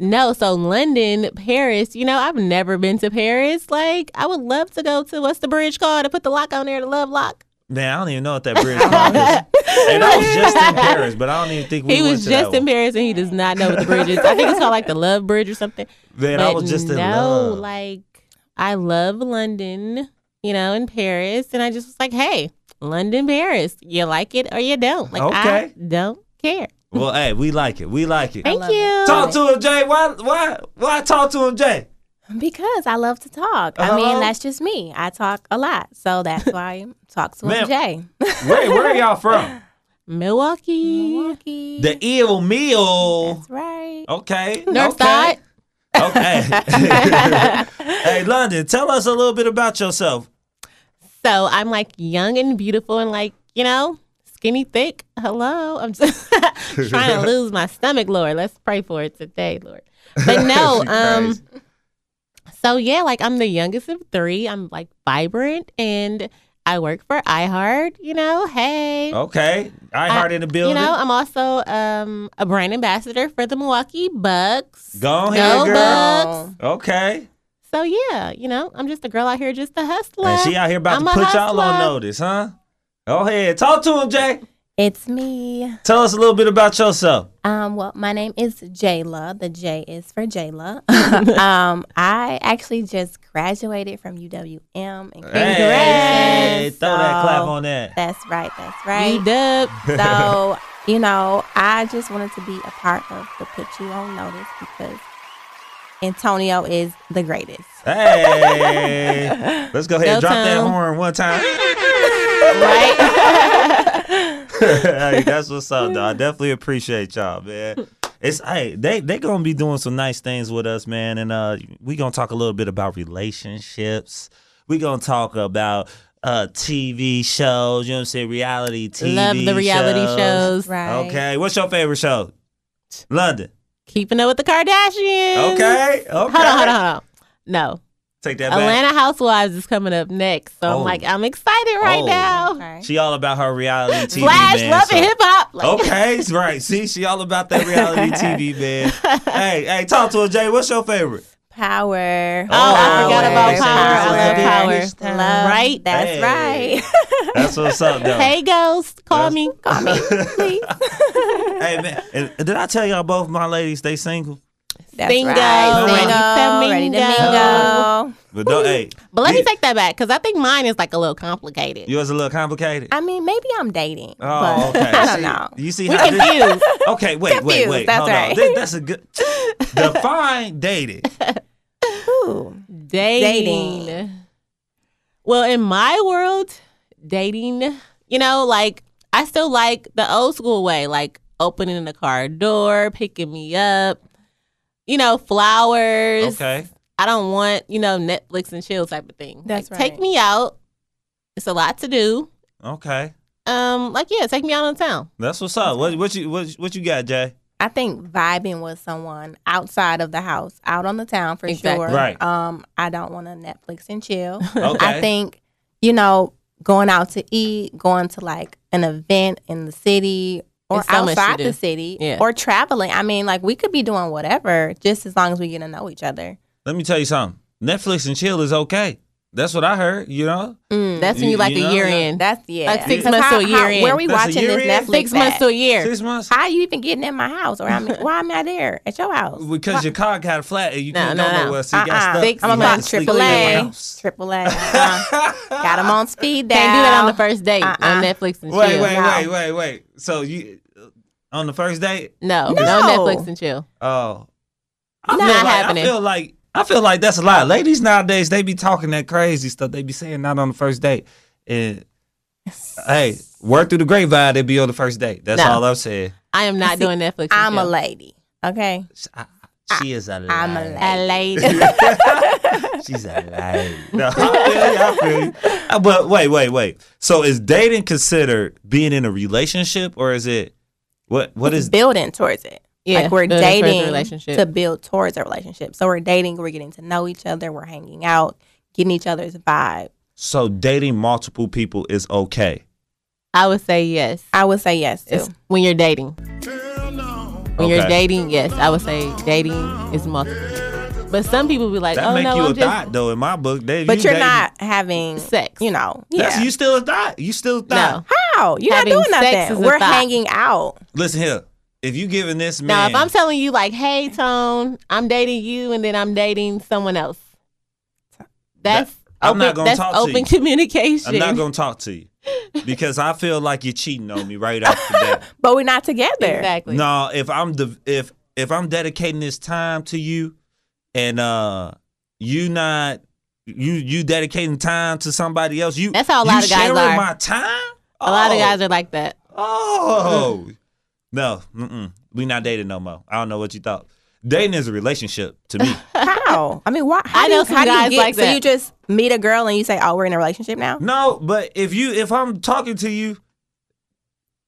Speaker 10: no, so London, Paris, you know, I've never been to Paris. Like, I would love to go to what's the bridge called to put the lock on there, the love lock.
Speaker 1: Man, I don't even know what that bridge called is. And I was just in Paris, but I don't even think we
Speaker 10: he
Speaker 1: went
Speaker 10: was
Speaker 1: to that
Speaker 10: just in Paris and he does not know what the bridge is. I think it's called like the Love Bridge or something.
Speaker 1: Man, I was just
Speaker 10: no,
Speaker 1: in love.
Speaker 10: like I love London, you know, and Paris, and I just was like, hey, London, Paris, you like it or you don't. Like
Speaker 1: Okay.
Speaker 10: I don't care.
Speaker 1: one. Well, hey, we like it. We like it.
Speaker 10: Thank you.
Speaker 1: Talk to him, Jay. Why why why talk to him, Jay?
Speaker 12: Because I love to talk. I
Speaker 1: Uh-huh.
Speaker 12: mean, that's just me. I talk a lot, so that's why I talk to
Speaker 1: Ma'am.
Speaker 12: him Jay.
Speaker 1: Where where are y'all from?
Speaker 10: Milwaukee.
Speaker 1: The ill meal. That's
Speaker 12: right.
Speaker 1: Okay.
Speaker 10: North
Speaker 1: okay.
Speaker 10: side.
Speaker 1: Hey, London, tell us a little bit about yourself.
Speaker 10: So I'm like young and beautiful and like, you know, skinny thick. Hello. I'm just trying to lose my stomach, Lord. Let's pray for it today, Lord. But no, um so yeah, like I'm the youngest of three. I'm like vibrant and I work for iHeart, you know. Hey.
Speaker 1: Oh, Okay. I heart in the building.
Speaker 10: You know, I'm also um, a brand ambassador for the Milwaukee Bucks.
Speaker 1: Go
Speaker 10: Go
Speaker 1: ahead, girl.
Speaker 10: Bucks.
Speaker 1: Okay.
Speaker 10: So yeah, you know, I'm just a girl out here, just a hustler.
Speaker 1: And she out here about
Speaker 10: I'm
Speaker 1: to
Speaker 10: a
Speaker 1: put y'all on
Speaker 10: hustler.
Speaker 1: notice, huh? Go ahead. Talk to him, Jay.
Speaker 12: It's me.
Speaker 1: Tell us a little bit about yourself.
Speaker 12: Um, well, my name is Jayla. The J is for Jayla. um, I actually just graduated from UWM. And
Speaker 1: Hey,
Speaker 12: congratulations.
Speaker 1: throw that
Speaker 12: So-
Speaker 1: clap on that.
Speaker 12: That's right. That's right.
Speaker 10: dub.
Speaker 12: So, you know, I just wanted to be a part of the Put You On Notice because Antonio is the greatest.
Speaker 1: Hey, let's go ahead and
Speaker 12: Go
Speaker 1: drop that
Speaker 12: Tom.
Speaker 1: horn one time. Hey, that's what's up, though. I definitely appreciate y'all, man. It's hey, they they gonna be doing some nice things with us, man, and uh, we gonna talk a little bit about relationships. We gonna talk about uh TV shows. You know what I'm saying? Reality TV.
Speaker 10: Love the reality shows.
Speaker 12: Right.
Speaker 1: Okay, what's your favorite show? London.
Speaker 10: Keeping Up with the Kardashians.
Speaker 1: Okay, okay.
Speaker 10: Hold on, hold on, hold on. No.
Speaker 1: Take that back.
Speaker 10: Atlanta Housewives is coming up next. So
Speaker 1: Oh.
Speaker 10: I'm like, I'm excited right
Speaker 1: Oh.
Speaker 10: now.
Speaker 1: She all about her reality TV.
Speaker 10: Flash,
Speaker 1: man, Oh.
Speaker 10: love, and hip hop.
Speaker 1: Okay, right. See, she all about that reality TV, man. hey, hey, talk to us, Jay. What's your favorite?
Speaker 12: Power.
Speaker 1: Oh, I forgot about
Speaker 10: Power. I love Power.
Speaker 12: Love.
Speaker 10: Right?
Speaker 12: That's
Speaker 1: Hey.
Speaker 12: right.
Speaker 1: That's what's up, though.
Speaker 10: Hey, ghost, call me. Call me.
Speaker 1: Hey, man. and- Did I tell y'all both my ladies they single?
Speaker 12: That's
Speaker 10: Bingo.
Speaker 12: right. Bingo.
Speaker 10: Ready
Speaker 12: Ready
Speaker 10: to
Speaker 12: to
Speaker 10: mingle.
Speaker 1: But don't, hey,
Speaker 10: But let me take that back because I think mine is like a little complicated.
Speaker 1: yours a little complicated.
Speaker 12: I mean, maybe I'm dating.
Speaker 1: Oh,
Speaker 12: but
Speaker 1: okay.
Speaker 12: I don't
Speaker 1: See,
Speaker 12: know.
Speaker 1: You see
Speaker 12: We
Speaker 1: how this-
Speaker 12: confused.
Speaker 1: Okay, wait, wait,
Speaker 12: Confused,
Speaker 1: wait.
Speaker 12: that's
Speaker 1: Hold on.
Speaker 12: right.
Speaker 1: Th- That's a good define dated.
Speaker 10: dating. Well, in my world, dating, you know, like I still like the old school way, like opening the car door, picking me up, you know, flowers.
Speaker 1: Okay.
Speaker 10: I don't want, you know, Netflix and chill type of thing.
Speaker 12: That's
Speaker 10: Like,
Speaker 12: right.
Speaker 10: Take me out. It's a lot to do.
Speaker 1: Okay.
Speaker 10: Um, like yeah, take me out on town.
Speaker 1: That's what's up. What what you what, what you got, Jay?
Speaker 12: I think vibing with someone outside of the house, out on the town for
Speaker 1: Exactly.
Speaker 12: sure.
Speaker 1: Right.
Speaker 12: Um, I don't want to Netflix and chill.
Speaker 1: Okay.
Speaker 12: I think, you know, going out to eat, going to like an event in the city or
Speaker 10: There's so much to
Speaker 12: outside
Speaker 10: do.
Speaker 12: the city
Speaker 10: Yeah.
Speaker 12: or traveling. I mean, like we could be doing whatever just as long as we get to know each other.
Speaker 1: Let me tell you something. Netflix and chill is okay. That's what I heard, you know?
Speaker 10: That's
Speaker 1: You-
Speaker 10: when Mm. you like
Speaker 1: you know,
Speaker 10: a year
Speaker 1: yeah.
Speaker 10: in.
Speaker 12: That's yeah.
Speaker 10: Like six
Speaker 12: Because
Speaker 10: months
Speaker 12: how-
Speaker 10: to a year
Speaker 12: how-
Speaker 10: in.
Speaker 12: Where we
Speaker 1: That's a
Speaker 12: watching
Speaker 1: year
Speaker 12: this
Speaker 1: in?
Speaker 12: Netflix?
Speaker 10: Six months
Speaker 12: at?
Speaker 10: to a year.
Speaker 1: Six months?
Speaker 12: How you even getting in my house? Or I'm why am I there at your house?
Speaker 1: Because your car got flat and you
Speaker 12: No,
Speaker 1: can't
Speaker 12: no,
Speaker 1: go
Speaker 12: no.
Speaker 1: nowhere, so you got
Speaker 12: Uh-uh.
Speaker 1: stuck.
Speaker 12: Six
Speaker 1: You had
Speaker 12: months,
Speaker 1: to sleep
Speaker 12: triple
Speaker 1: in your
Speaker 12: A.
Speaker 1: house.
Speaker 12: Triple A. Uh, got him on speed dial.
Speaker 10: Can't do that on the first date on
Speaker 12: Uh-uh.
Speaker 10: Netflix and
Speaker 1: Wait,
Speaker 10: chill.
Speaker 1: wait, wait, wait, wait. So you on the first date?
Speaker 10: No, no,
Speaker 12: No.
Speaker 10: Netflix and chill.
Speaker 1: Oh. I
Speaker 10: Not
Speaker 1: feel like,
Speaker 10: happening.
Speaker 1: I feel like I feel like that's a lot. Ladies nowadays, they be talking that crazy stuff. They be saying not on the first date. And hey, work through the grapevine, they be on the first date. That's
Speaker 10: No.
Speaker 1: all I'm saying.
Speaker 10: I am not doing Netflix. And
Speaker 12: I'm a
Speaker 10: chill.
Speaker 12: lady. Okay.
Speaker 1: She is a liar.
Speaker 12: I'm a lady.
Speaker 10: a lady.
Speaker 1: She's a liar. No, I feel you, I feel you. Uh, But wait, wait, wait. So is dating considered being in a relationship or is it what what is
Speaker 12: building towards it.
Speaker 10: Yeah,
Speaker 12: like we're
Speaker 10: building towards a
Speaker 12: dating
Speaker 10: relationship.
Speaker 12: to build towards a relationship. So we're dating, we're getting to know each other, we're hanging out, getting each other's vibe.
Speaker 1: so dating multiple people is okay.
Speaker 10: I would say yes.
Speaker 12: I would say yes too.
Speaker 10: It's when you're dating. When you're
Speaker 1: Okay.
Speaker 10: dating, yes, I would say dating is multiple. But some people be like,
Speaker 1: That
Speaker 10: oh
Speaker 1: make
Speaker 10: no,
Speaker 1: you
Speaker 10: I'm
Speaker 1: a
Speaker 10: just
Speaker 1: thought though in my book. They,
Speaker 12: But
Speaker 1: you
Speaker 12: you're
Speaker 1: dating-
Speaker 12: not having
Speaker 10: sex.
Speaker 12: you know.
Speaker 1: That's,
Speaker 12: Yeah.
Speaker 1: You still a thought. You still a thought.
Speaker 12: How? You're not
Speaker 10: Having
Speaker 12: doing
Speaker 10: sex
Speaker 12: nothing.
Speaker 10: is a
Speaker 12: We're
Speaker 10: thought.
Speaker 12: hanging out.
Speaker 1: Listen here. If you giving this
Speaker 10: Now,
Speaker 1: man,
Speaker 10: if I'm telling you like, hey, Tone, I'm dating you, and then I'm dating someone else, that's
Speaker 1: I'm
Speaker 10: open,
Speaker 1: not gonna
Speaker 10: that's
Speaker 1: talk to
Speaker 10: open
Speaker 1: you.
Speaker 10: communication.
Speaker 1: I'm not gonna talk to you because I feel like you're cheating on me right off the bat.
Speaker 12: But we're not together.
Speaker 10: exactly.
Speaker 1: No, if I'm the if if I'm dedicating this time to you, and uh, you not you you dedicating time to somebody else, you
Speaker 10: That's how a
Speaker 1: you
Speaker 10: lot of guys
Speaker 1: sharing
Speaker 10: are.
Speaker 1: my time.
Speaker 10: A lot of
Speaker 1: Oh,
Speaker 10: guys are like that.
Speaker 1: Oh no, mm-mm. we not dating no more. I don't know what you thought. Dating is a relationship to me.
Speaker 12: How? I mean, why? How
Speaker 10: I
Speaker 12: do
Speaker 10: know
Speaker 12: you,
Speaker 10: some
Speaker 12: how do you
Speaker 10: guys
Speaker 12: get,
Speaker 10: like
Speaker 12: so
Speaker 10: that.
Speaker 12: you just meet a girl and you say, "Oh, we're in a relationship now."
Speaker 1: No, but if you if I'm talking to you,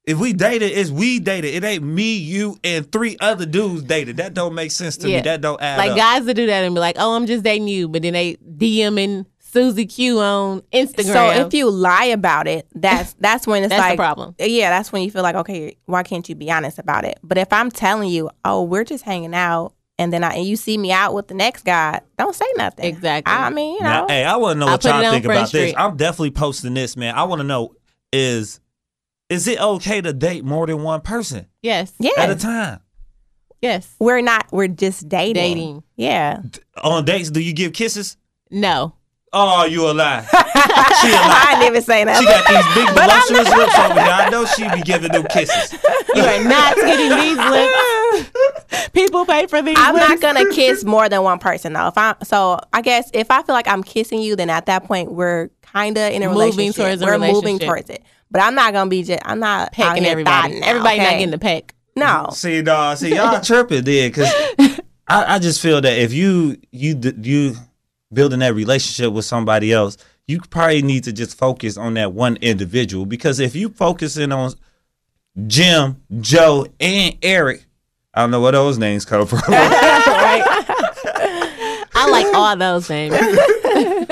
Speaker 1: if we dated, it's we dated. It ain't me, you, and three other dudes dated. That don't make sense to
Speaker 10: Yeah.
Speaker 1: me. That don't add
Speaker 10: Like
Speaker 1: up.
Speaker 10: guys that do that and be like, oh, I'm just dating you, but then they DMing Susie Q on Instagram.
Speaker 12: So if you lie about it, that's that's when it's
Speaker 10: That's the
Speaker 12: like eh,
Speaker 10: problem.
Speaker 12: Yeah, that's when you feel like, okay, why can't you be honest about it? But if I'm telling you, oh, we're just hanging out, and then I and you see me out with the next guy, don't say nothing.
Speaker 10: Exactly.
Speaker 12: I mean, you
Speaker 1: Now,
Speaker 12: know,
Speaker 1: hey, I want to know
Speaker 10: I
Speaker 1: what
Speaker 10: put it
Speaker 1: y'all
Speaker 10: on
Speaker 1: think
Speaker 10: Front
Speaker 1: about this.
Speaker 10: Street.
Speaker 1: I'm definitely posting this, man. I want to know is is it okay to date more than one person
Speaker 10: yes,
Speaker 1: at a
Speaker 12: yeah,
Speaker 1: time?
Speaker 10: yes,
Speaker 12: we're not, we're just dating.
Speaker 10: dating.
Speaker 12: Yeah,
Speaker 1: On dates, do you give kisses?
Speaker 10: No,
Speaker 1: Oh, you a lie. she a lie.
Speaker 12: I didn't even say
Speaker 1: She got
Speaker 12: that.
Speaker 1: these big voluptuous lips over here. I know she be giving them kisses.
Speaker 10: you are not getting these lips. People pay for these.
Speaker 12: I'm not
Speaker 10: lips.
Speaker 12: gonna kiss more than one person though. If I so I guess if I feel like I'm kissing you, then at that point we're kinda in a
Speaker 10: Moving
Speaker 12: relationship.
Speaker 10: towards a
Speaker 12: we're moving
Speaker 10: relationship.
Speaker 12: towards it. But I'm not gonna be just I'm not out
Speaker 10: pecking
Speaker 12: here
Speaker 10: everybody.
Speaker 12: thotting out,
Speaker 10: Everybody not
Speaker 12: okay?
Speaker 10: getting the peck.
Speaker 12: No.
Speaker 1: See, dog. See, y'all tripping then, because I, I just feel that if you you d- you building that relationship with somebody else, you probably need to just focus on that one individual. Because if you focusing on Jim, Joe, and Eric, I don't know where those names come from.
Speaker 10: I like all those names.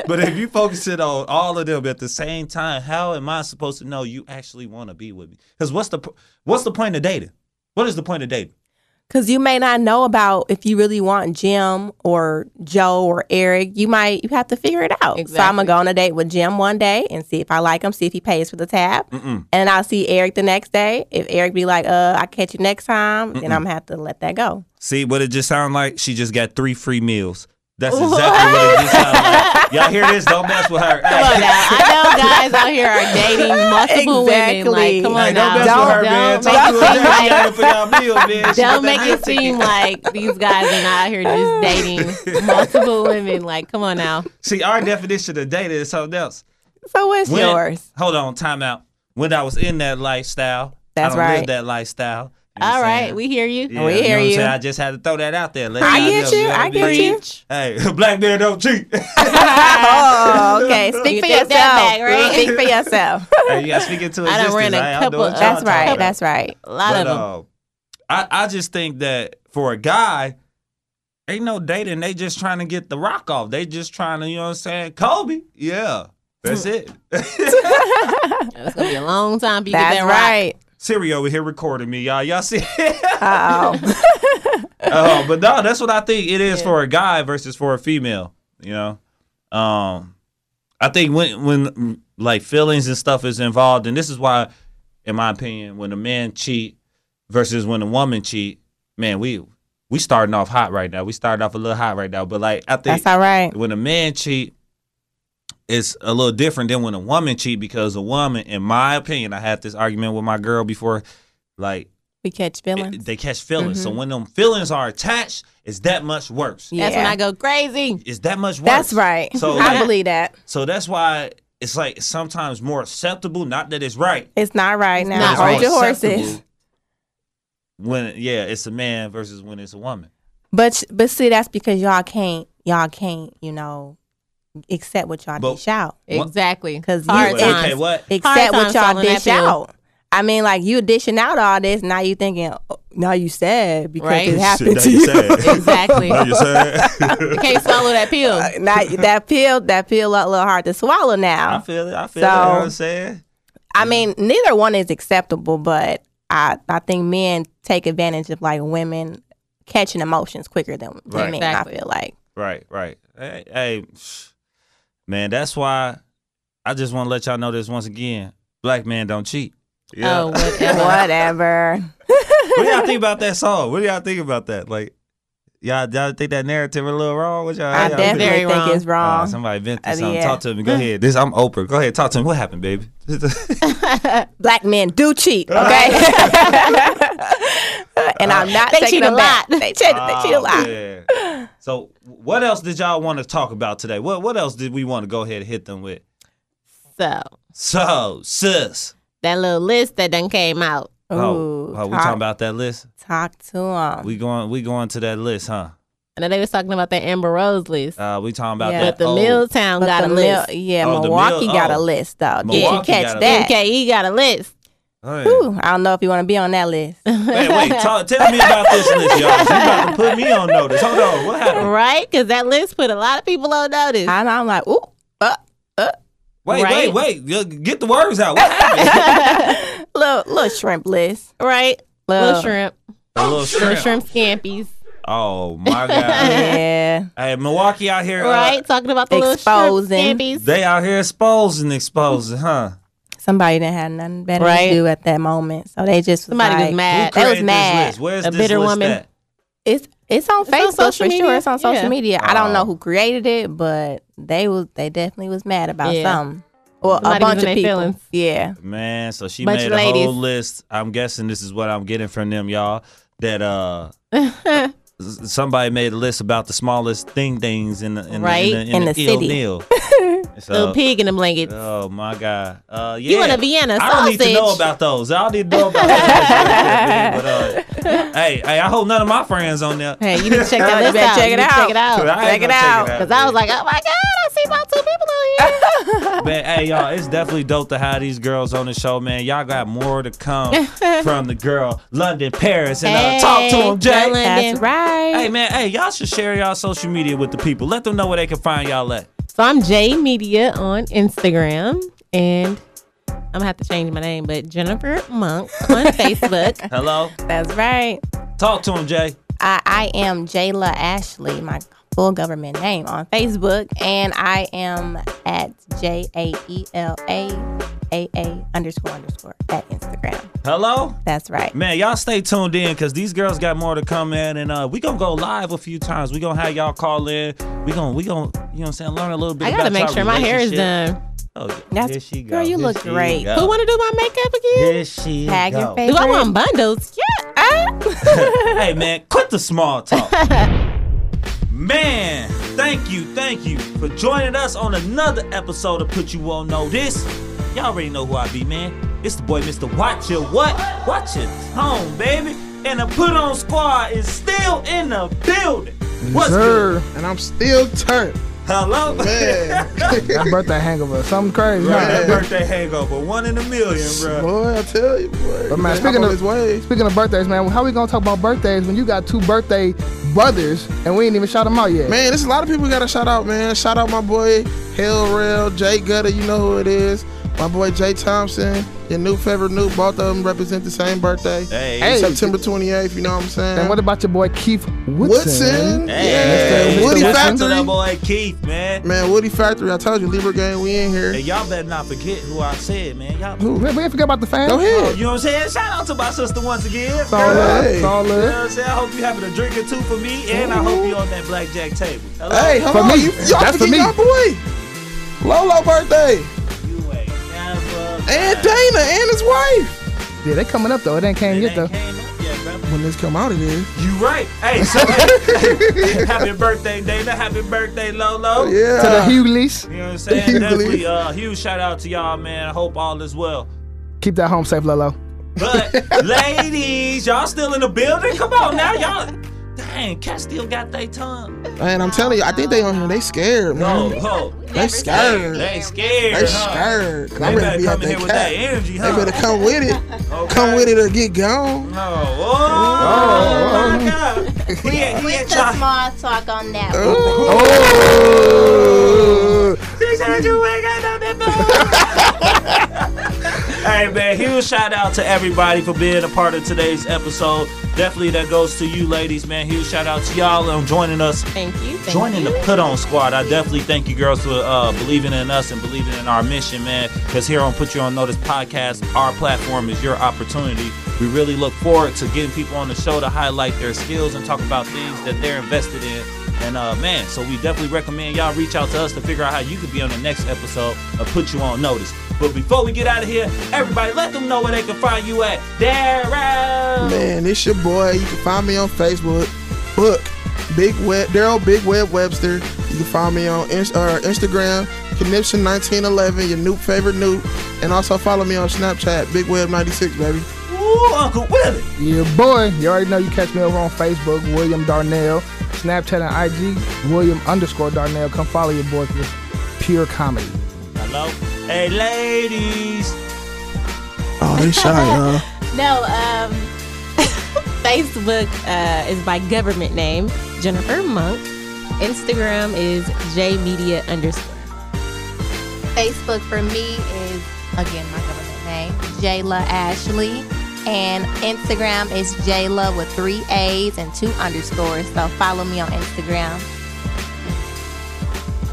Speaker 1: but if you focus it on all of them at the same time, how am I supposed to know you actually want to be with me? Because what's the p- what's the point of dating? What is the point of dating?
Speaker 12: Because you may not know about if you really want Jim or Joe or Eric. You might you have to figure it out. So I'm gonna go on a date with Jim one day and see if I like him, see if he pays for the tab,
Speaker 1: Mm-mm.
Speaker 12: and I'll see Eric the next day. If Eric be like, "Uh, I catch you next time," then
Speaker 1: Mm-mm.
Speaker 12: I'm gonna have to let that go.
Speaker 1: See what it just sound like? She just got three free meals. That's exactly what it just sound like. Y'all hear this? Don't mess with her. Hey.
Speaker 10: I know guys out here are dating multiple women. Like, come on
Speaker 1: Hey,
Speaker 10: now.
Speaker 1: don't mess with her, man.
Speaker 10: don't
Speaker 1: Talk to her.
Speaker 10: make
Speaker 1: She
Speaker 10: it
Speaker 1: got it for y'all meal, man. She got that
Speaker 10: Don't make it
Speaker 1: meal
Speaker 10: seem
Speaker 1: ticket.
Speaker 10: like these guys are not out here just dating multiple women. Like, come on now.
Speaker 1: See, our definition of dating is something else.
Speaker 12: So what's
Speaker 1: When-
Speaker 12: yours?
Speaker 1: Hold on, time out. When I was in that lifestyle,
Speaker 12: That's
Speaker 1: I don't
Speaker 12: right.
Speaker 1: live that lifestyle. You know what
Speaker 10: All
Speaker 1: I'm
Speaker 10: right,
Speaker 1: saying?
Speaker 10: we hear you.
Speaker 1: Yeah, know what I'm saying? I just had to throw that out there. Let
Speaker 10: I
Speaker 1: y'all
Speaker 10: get
Speaker 1: know,
Speaker 10: you,
Speaker 1: know what
Speaker 10: I get
Speaker 1: mean?
Speaker 10: you.
Speaker 1: Hey, black man don't cheat.
Speaker 12: oh, okay. Speak
Speaker 10: You
Speaker 12: for
Speaker 10: think
Speaker 12: yourself.
Speaker 10: that back, right?
Speaker 12: Speak for yourself.
Speaker 1: hey, you got speaking to
Speaker 12: I done
Speaker 1: existence.
Speaker 12: ran a
Speaker 1: I don't know
Speaker 12: couple-
Speaker 1: what y'all
Speaker 12: That's
Speaker 1: talking
Speaker 12: right,
Speaker 1: about.
Speaker 12: that's right. A lot
Speaker 1: But,
Speaker 12: of 'em.
Speaker 1: uh, I I just think that for a guy, ain't no dating. They just trying to get the rock off. They just trying to, you know what I'm saying? Kobe, yeah, that's it. uh,
Speaker 10: It's gonna be a long time. for You
Speaker 12: That's
Speaker 10: get that
Speaker 12: right.
Speaker 1: Siri over here recording me, y'all. Y'all see?
Speaker 12: Uh-oh.
Speaker 1: Oh, but no, that's what I think it is for a guy versus for a female. You know, um, I think when when mm, like feelings and stuff is involved, and this is why, in my opinion, when a man cheat versus when a woman cheat, man, we we starting off hot right now. We starting off a little hot right now, but like I think
Speaker 12: That's all right.
Speaker 1: When a man cheat, it's a little different than when a woman cheat because a woman, in my opinion, I had this argument with my girl before, like
Speaker 12: We catch feelings.
Speaker 1: they catch feelings. So
Speaker 12: Mhm.
Speaker 1: when them feelings are attached, it's that much worse.
Speaker 10: That's when I go crazy.
Speaker 1: It's that much worse.
Speaker 12: That's right.
Speaker 1: So
Speaker 12: I
Speaker 1: like-
Speaker 12: believe that.
Speaker 1: So that's why it's like sometimes more acceptable. Not that it's right.
Speaker 12: It's not right now.
Speaker 1: not
Speaker 12: Hold
Speaker 1: right.
Speaker 12: your horses.
Speaker 1: Acceptable. When yeah, it's a man versus when it's a woman.
Speaker 12: But but see, that's because y'all can't y'all can't you know accept what y'all
Speaker 1: But
Speaker 12: dish out
Speaker 1: what-
Speaker 10: Exactly.
Speaker 12: because you
Speaker 10: Hard
Speaker 12: it's-
Speaker 1: times. Okay, what?
Speaker 10: Hard times
Speaker 12: accept what y'all
Speaker 10: selling that
Speaker 12: dish
Speaker 10: pill.
Speaker 12: out. I mean, like you dishing out all this. Now you thinking oh, now you sad because
Speaker 10: Right.
Speaker 12: it
Speaker 10: Shit,
Speaker 12: happened
Speaker 10: now
Speaker 12: to
Speaker 10: you
Speaker 12: you.
Speaker 10: sad. Exactly. Now you
Speaker 1: sad.
Speaker 10: You can't swallow that pill.
Speaker 12: Not that pill. That pill a little hard to swallow now.
Speaker 1: I feel it. I feel
Speaker 12: So-
Speaker 1: it. You know what I'm saying?
Speaker 12: I mean, neither one is acceptable, but I I think men take advantage of like women catching emotions quicker than, than
Speaker 1: Right.
Speaker 12: men.
Speaker 1: Exactly.
Speaker 12: I feel like
Speaker 1: Right, right. Hey, hey, psh, man, that's why I just want to let y'all know this once again. Black man don't cheat.
Speaker 12: Oh, whatever. whatever.
Speaker 1: what do y'all think about that song? What do y'all think about that? Like, y'all, y'all think that narrative a little wrong? What y'all?
Speaker 12: I
Speaker 1: y'all
Speaker 12: definitely
Speaker 1: feel?
Speaker 12: think it's wrong.
Speaker 1: Uh, somebody vented
Speaker 12: Uh,
Speaker 1: something.
Speaker 12: yeah.
Speaker 1: Talk to me. Go ahead. This I'm Oprah. Go ahead. Talk to me. What happened, baby?
Speaker 12: black men do cheat, okay? and I'm not
Speaker 10: Uh, They
Speaker 12: taking
Speaker 10: cheat a
Speaker 12: them back.
Speaker 10: lot.
Speaker 12: They cheat,
Speaker 10: Ah,
Speaker 12: they cheat a lot.
Speaker 1: Oh, Yeah. So, what else did y'all want to talk about today? What What else did we want to go ahead and hit them with?
Speaker 10: So
Speaker 1: So, sis.
Speaker 10: that little list that done came out.
Speaker 1: oh, oh, we talking about that list.
Speaker 12: Talk to them.
Speaker 1: We going. We going to that list, huh?
Speaker 10: I know they was talking about that Amber Rose list.
Speaker 1: Uh, we talking about
Speaker 10: Yeah.
Speaker 1: that.
Speaker 10: But the
Speaker 1: old-
Speaker 10: Milltown
Speaker 12: But
Speaker 10: got
Speaker 12: the
Speaker 10: a
Speaker 12: Mil-
Speaker 10: list.
Speaker 12: yeah,
Speaker 1: Oh, the Mill-
Speaker 12: Milwaukee got a
Speaker 1: oh.
Speaker 12: list though. Did you
Speaker 1: Milwaukee
Speaker 12: catch
Speaker 1: got a
Speaker 12: that?
Speaker 10: MKE E got a list.
Speaker 1: Hey.
Speaker 12: Whew, I don't know if you want to be on that list.
Speaker 1: Wait, wait. Talk, tell me about this list, y'all. You about to put me on notice. Hold on. What happened?
Speaker 10: Right? Because that list put a lot of people on notice.
Speaker 12: I know. I'm like, ooh, uh, uh.
Speaker 1: Wait,
Speaker 12: Right?
Speaker 1: wait, wait. Y- Get the words out. What happened?
Speaker 12: little little shrimp list,
Speaker 10: right?
Speaker 12: Little,
Speaker 10: Little shrimp.
Speaker 1: A little shrimp.
Speaker 10: Little shrimp scampies.
Speaker 1: Oh my god.
Speaker 12: Yeah,
Speaker 1: hey, Milwaukee out here. uh,
Speaker 10: Right? Talking about the little
Speaker 12: Exposing.
Speaker 10: shrimp scampies.
Speaker 1: they out here exposing, exposing, huh?
Speaker 12: somebody didn't have nothing better
Speaker 10: Right.
Speaker 12: to do at that moment, so they just was
Speaker 10: Somebody was
Speaker 12: like-
Speaker 10: mad.
Speaker 12: They
Speaker 1: Who
Speaker 12: was
Speaker 1: created
Speaker 12: mad.
Speaker 1: This list? Where's
Speaker 10: A
Speaker 1: this
Speaker 10: bitter
Speaker 1: list
Speaker 10: woman.
Speaker 1: at?
Speaker 12: It's it's on
Speaker 10: It's on
Speaker 12: Facebook
Speaker 10: social
Speaker 12: for
Speaker 10: media,
Speaker 12: sure. It's on social
Speaker 10: yeah.
Speaker 12: media. I don't
Speaker 1: Oh.
Speaker 12: know who created it, but they was they definitely was mad about
Speaker 10: Yeah.
Speaker 12: something. Well,
Speaker 10: Somebody
Speaker 12: a bunch
Speaker 10: was in their
Speaker 12: of people.
Speaker 10: feelings.
Speaker 12: Yeah.
Speaker 1: Man, so she
Speaker 10: Bunch
Speaker 1: made
Speaker 10: of
Speaker 1: a whole
Speaker 10: ladies.
Speaker 1: list. I'm guessing this is what I'm getting from them, y'all. That uh, s- somebody made a list about the smallest thing things in the in
Speaker 10: Right,
Speaker 1: the, in the,
Speaker 12: in the
Speaker 1: ill
Speaker 12: city.
Speaker 1: nil. So-
Speaker 10: Little pig in the blankets.
Speaker 1: Oh my god! Uh, yeah.
Speaker 10: You want a Vienna
Speaker 1: I don't need to
Speaker 10: sausage.
Speaker 1: know about those. I don't need to know about those. but, uh, hey, hey, I hope none of my friends on there.
Speaker 10: Hey, you need to check
Speaker 12: You
Speaker 10: that list
Speaker 12: better
Speaker 10: out.
Speaker 12: check
Speaker 10: You
Speaker 12: it
Speaker 10: need to
Speaker 12: out.
Speaker 10: Check it out.
Speaker 1: I ain't
Speaker 12: check it
Speaker 1: gonna
Speaker 12: out.
Speaker 1: check it
Speaker 10: Because I was like, oh my God, I keep out two people out here.
Speaker 1: But hey, y'all, it's definitely dope to have these girls on the show, man. Y'all got more to come from the girl London, Paris, and
Speaker 10: Hey,
Speaker 1: uh, talk to them, Jay.
Speaker 10: London. That's right.
Speaker 1: Hey, man, hey, y'all should share y'all social media with the people. Let them know where they can find y'all at.
Speaker 10: So I'm J Media on Instagram, and I'm gonna have to change my name, but Jennifer Monk on Facebook.
Speaker 1: Hello.
Speaker 10: That's right.
Speaker 1: Talk to them, Jay.
Speaker 5: I, I am Jayla Ashley, my full government name on Facebook, and I am at J A E L A A A underscore underscore at Instagram.
Speaker 1: Hello?
Speaker 5: That's right.
Speaker 1: Man, y'all stay tuned in because these girls got more to come in and uh we gonna go live a few times. We gonna have y'all call in. We gonna we gonna you know what I'm saying, learn a little bit
Speaker 10: I gotta
Speaker 1: about
Speaker 10: make
Speaker 1: y'all
Speaker 10: sure my hair is
Speaker 1: relationship.
Speaker 10: done.
Speaker 1: Oh,
Speaker 10: That's-
Speaker 1: here she go.
Speaker 10: girl, you
Speaker 1: Here
Speaker 10: look
Speaker 1: she
Speaker 10: great.
Speaker 1: go.
Speaker 10: Who wanna do my makeup again?
Speaker 1: Here she
Speaker 10: Tag
Speaker 1: go.
Speaker 10: your favorite. Do I want bundles? Yeah.
Speaker 1: hey man, quit the small talk. man, thank you, thank you for joining us on another episode of Put You On Notice. Y'all already know who I be, man. It's the boy, Mr. Watch Your What? Watch Your Tone, baby. And the Put On Squad is still in the building. What's
Speaker 4: Sir, And I'm still turned.
Speaker 1: Hello?
Speaker 4: Man.
Speaker 3: That birthday hangover, something crazy.
Speaker 1: Bro,
Speaker 3: huh?
Speaker 1: that birthday hangover, one in a million, bro.
Speaker 4: Boy, I tell you, boy.
Speaker 3: But man,
Speaker 4: I'm
Speaker 3: speaking
Speaker 4: on
Speaker 3: of
Speaker 4: his way.
Speaker 3: speaking of birthdays, man, how we gonna talk about birthdays when you got two birthday brothers and we ain't even shout them out yet?
Speaker 4: Man, there's a lot of people we gotta shout out, man. Shout out my boy Hell Rail, Jay Gutter, you know who it is. My boy Jay Thompson, your new favorite new. Both of them represent the same birthday.
Speaker 1: Hey.
Speaker 3: Hey.
Speaker 4: September 28th, you know what I'm saying?
Speaker 3: and what about your boy Keith Woodson?
Speaker 4: Woodson?
Speaker 1: Hey,
Speaker 4: Yeah,
Speaker 1: Mr.
Speaker 4: Woody
Speaker 1: Watch
Speaker 4: Factory.
Speaker 1: to that boy Keith, man.
Speaker 4: Man, Woody Factory, I told you, Libra Gang, we in here.
Speaker 1: And y'all better not forget who I said, man. Y'all
Speaker 3: Who? We ain't forget about the fans.
Speaker 4: Go ahead.
Speaker 1: You know what I'm saying? Shout out to my sister once again.
Speaker 3: It's all love. It's all
Speaker 1: You know what
Speaker 3: love.
Speaker 1: I'm saying? I hope you having a drink or two for me, and I hope you on that blackjack table. Hello?
Speaker 4: Hey, hold
Speaker 3: For
Speaker 4: on.
Speaker 3: me.
Speaker 4: You, y'all
Speaker 3: That's for me.
Speaker 4: forget y'all boy. Lolo birthday.
Speaker 1: You ain't never.
Speaker 4: And Dana and his wife.
Speaker 3: Yeah, they coming up though. It ain't came yet
Speaker 1: It
Speaker 3: though.
Speaker 1: ain't came up yet, brother.
Speaker 4: When this come out, it is.
Speaker 1: You right. Hey, so hey, happy birthday, Dana. Happy birthday, Lolo.
Speaker 4: Oh, Yeah.
Speaker 3: To the Hugleys,
Speaker 1: You know what I'm saying?
Speaker 4: Hughley.
Speaker 1: Definitely uh, huge shout out to y'all, man. I hope all is well.
Speaker 3: keep that home safe, Lolo.
Speaker 1: But ladies, y'all still in the building? Come on now, y'all. Dang, cats still got their tongue.
Speaker 4: Man, I'm telling you, I think they on here. They scared,
Speaker 1: No,
Speaker 4: man.
Speaker 1: ho.
Speaker 4: They scared.
Speaker 1: They scared.
Speaker 4: They
Speaker 1: huh?
Speaker 4: scared. 'Cause
Speaker 1: They
Speaker 4: I'm
Speaker 1: better
Speaker 4: ready to be
Speaker 1: come
Speaker 4: out
Speaker 1: in
Speaker 4: that
Speaker 1: here
Speaker 4: cat.
Speaker 1: with that energy, huh?
Speaker 4: They better come with it.
Speaker 1: Okay.
Speaker 4: Come with it or get gone.
Speaker 1: No. Oh, my
Speaker 3: oh.
Speaker 1: God. We ain't,
Speaker 5: Quit
Speaker 1: we ain't
Speaker 5: the
Speaker 1: trying.
Speaker 5: small talk on that one.
Speaker 4: Oh.
Speaker 1: She said you ain't got no nipple. Hey man, huge shout out to everybody for being a part of today's episode. Definitely that goes to you ladies, man. Huge shout out to y'all on joining us
Speaker 10: Thank you. Thank
Speaker 1: joining
Speaker 10: you.
Speaker 1: the Put On Squad. I definitely thank you girls for uh, believing in us and believing in our mission, man. Because here on Put You On Notice podcast, our platform is your opportunity. We really look forward to getting people on the show to highlight their skills and talk about things that they're invested in. And uh, man, so we definitely recommend y'all reach out to us to figure out how you could be on the next episode of Put You On Notice. But before we get out of here, everybody let them know where they can find you at. Darrow!
Speaker 4: Man, it's your boy. You can find me on Facebook. Book Big Web Daryl Big Web Webster. You can find me on Inst- uh, Instagram, Conniption 1911, your new favorite new, and also follow me on Snapchat, Big Web 96, baby.
Speaker 1: Ooh, Uncle Willie!
Speaker 3: Yeah, boy. You already know you catch me over on Facebook, William Darnell, Snapchat and IG, William underscore Darnell. Come follow your boy. 'cause it's pure comedy.
Speaker 1: Hello? Hey, ladies!
Speaker 4: Oh, they shy, y'all.
Speaker 10: No, um, Facebook uh, is my government name, Jennifer Monk. Instagram is jmedia underscore.
Speaker 5: Facebook for me is again my government name, Jayla Ashley. And Instagram is Jayla with three A's and two underscores. So follow me on Instagram.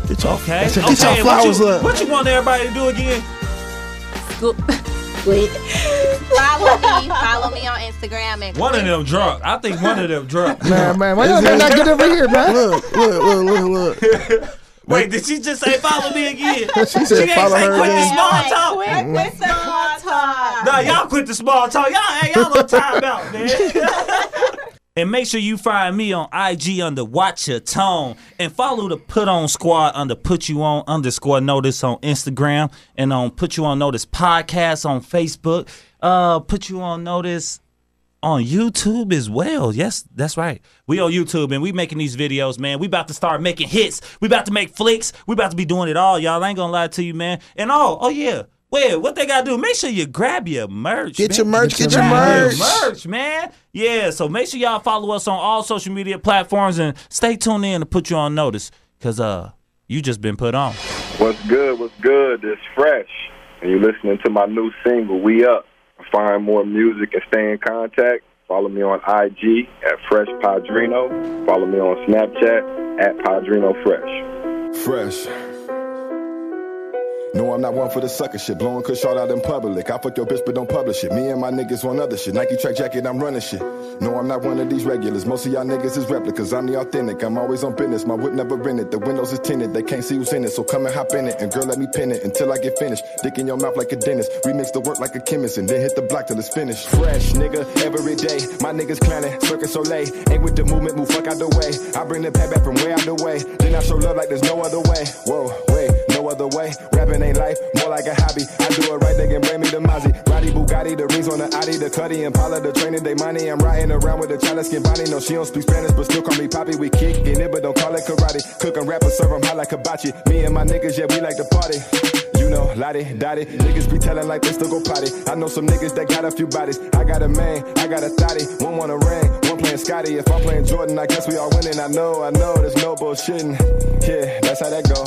Speaker 4: Get your,
Speaker 1: Okay.
Speaker 4: Get your,
Speaker 1: okay.
Speaker 4: get your flowers
Speaker 1: what, you,
Speaker 4: up.
Speaker 1: what you want everybody to do again?
Speaker 5: Follow me. follow me on Instagram and
Speaker 1: One of them drunk. I think one of them drunk.
Speaker 3: Man, man, why y'all better not get over here, man?
Speaker 4: Look, look, look, look, look.
Speaker 1: Wait, did she just say follow me again?
Speaker 4: She
Speaker 1: She
Speaker 4: said
Speaker 1: ain't
Speaker 4: follow
Speaker 1: say
Speaker 4: her
Speaker 1: quit the
Speaker 4: again.
Speaker 1: small talk.
Speaker 5: Quit with small talk.
Speaker 1: No, y'all quit the small talk. Y'all, hey, y'all on time out, man. And make sure you find me on IG under Watch Your Tone and follow the Put On Squad under Put You On underscore Notice on Instagram and on Put You On Notice podcast on Facebook. Uh, Put You On Notice on YouTube as well. Yes, that's right. We on YouTube and we making these videos, man. We about to start making hits. We about to make flicks. We about to be doing it all, y'all. I ain't gonna lie to you, man. And oh, oh yeah. Well, what they gotta do? Make sure you grab your merch.
Speaker 4: Get
Speaker 1: man.
Speaker 4: your merch, get your merch.
Speaker 1: merch, man. Yeah. So make sure y'all follow us on all social media platforms and stay tuned in to put you on notice, cause uh, you just been put on.
Speaker 13: What's good? What's good? It's Fresh, and you're listening to my new single, We Up. Find more music and stay in contact. Follow me on IG at Fresh Padrino. Follow me on Snapchat at Padrino Fresh.
Speaker 14: Fresh. No, I'm not one for the sucker shit. Blowing kush all out in public. I fuck your bitch, but don't publish it. Me and my niggas want other shit. Nike track jacket, I'm running shit. No, I'm not one of these regulars. Most of y'all niggas is replicas. I'm the authentic. I'm always on business. My whip never rented. The windows is tinted. They can't see who's in it. So come and hop in it. And girl, let me pin it until I get finished. Dick in your mouth like a dentist. Remix the work like a chemist. And then hit the block till it's finished. Fresh nigga, every day. My niggas clowning. Circus Soleil. Ain't with the movement. Move fuck out the way. I bring the pat back from way out the way. Then I show love like there's no other way. Whoa, wait, no other way. Rapping ain't life, more like a hobby. I do it right, they can bring me the Mozzie. Roddy Bugatti, the rings on the Audi, the Cuddy, and Paula, the training, they money. I'm riding around with a chalice skin body. No, she don't speak Spanish, but still call me Poppy. We kicking it, but don't call it karate. Cook and rapper, serve 'em hot like hibachi. Me and my niggas, yeah, we like to party. You know, lottie, dotty. Niggas be telling like they still go potty. I know some niggas that got a few bodies. I got a man, I got a thotty. One wanna ring, one playing Scotty. If I'm playing Jordan, I guess we all winning. I know, I know, there's no bullshitting. Yeah, that's how that go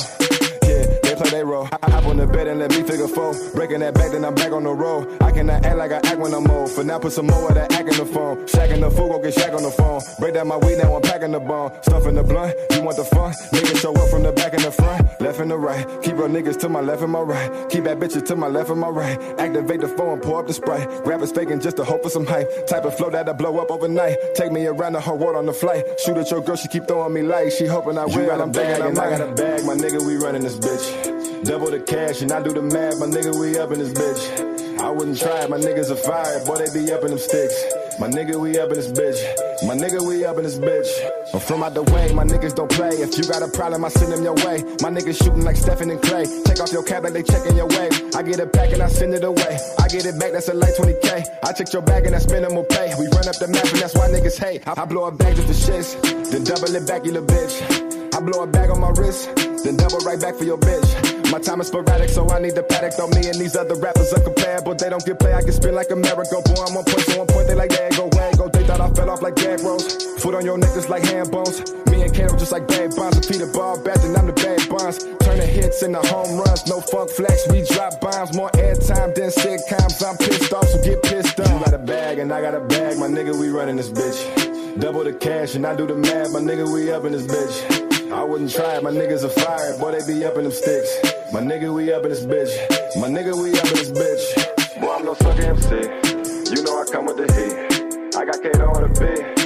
Speaker 14: yeah, they play they role. I hop on the bed and let me figure four. Breaking that back, then I'm back on the road. I cannot act like I act when I'm old. For now, put some more of that act in the phone. Shacking the food, go get shack on the phone. Break down my weed, now I'm packing the bone. Stuffing the blunt, you want the fun? Niggas show up from the back and the front, left and the right. Keep real niggas to my left and my right. Keep that bitches to my left and my right. Activate the phone, pour up the sprite. Rappers faking just to hope for some hype. Type of flow that'll blow up overnight. Take me around the whole world on the flight. Shoot at your girl, she keep throwing me lights. She hoping I
Speaker 9: You
Speaker 14: will.
Speaker 9: got a
Speaker 14: I'm thinking
Speaker 9: bag
Speaker 14: I
Speaker 9: and I
Speaker 14: might.
Speaker 9: got a bag.
Speaker 14: My nigga, we running this bitch. Double the cash and I do the math. My nigga, we up in this bitch. I wouldn't try it. My niggas are fired. Boy, they be up in them sticks. My nigga, we up in this bitch. My nigga, we up in this bitch. I'm from out the way. My niggas don't play. If you got a problem, I send them your way. My niggas shooting like Stephen and Clay. Take off your cap like they checking your way. I get it back and I send it away. I get it back, that's a light 20K. I check your bag and I spend them will pay. We run up the map and that's why niggas hate. I I blow it back just the shits. Then double it back, you little bitch. I blow it back on my wrist, then double right back for your bitch. My time is sporadic, so I need the paddock. Though me and these other rappers are comparable, they don't get play. I can spin like America. Boy, I'm on point, so on point. They like there go, where go. They thought I fell off like gag rolls. Foot on your neck just like hand bones. Me and Kato just like bad bonds. If Peter Ball back, then I'm the bad bonds. Turn the hits into home runs. No funk flex, we drop bombs. More airtime than sitcoms. I'm pissed off, so get pissed off. You got a bag and I got a bag. My nigga, we running this bitch. Double the cash and I do the math. My nigga, we up in this bitch. I wouldn't try it, my niggas are fired, boy, they be up in them sticks. My nigga, we up in this bitch. My nigga, we up in this bitch. Boy, I'm no sucker MC. You know I come with the heat. I got Kato on the beat.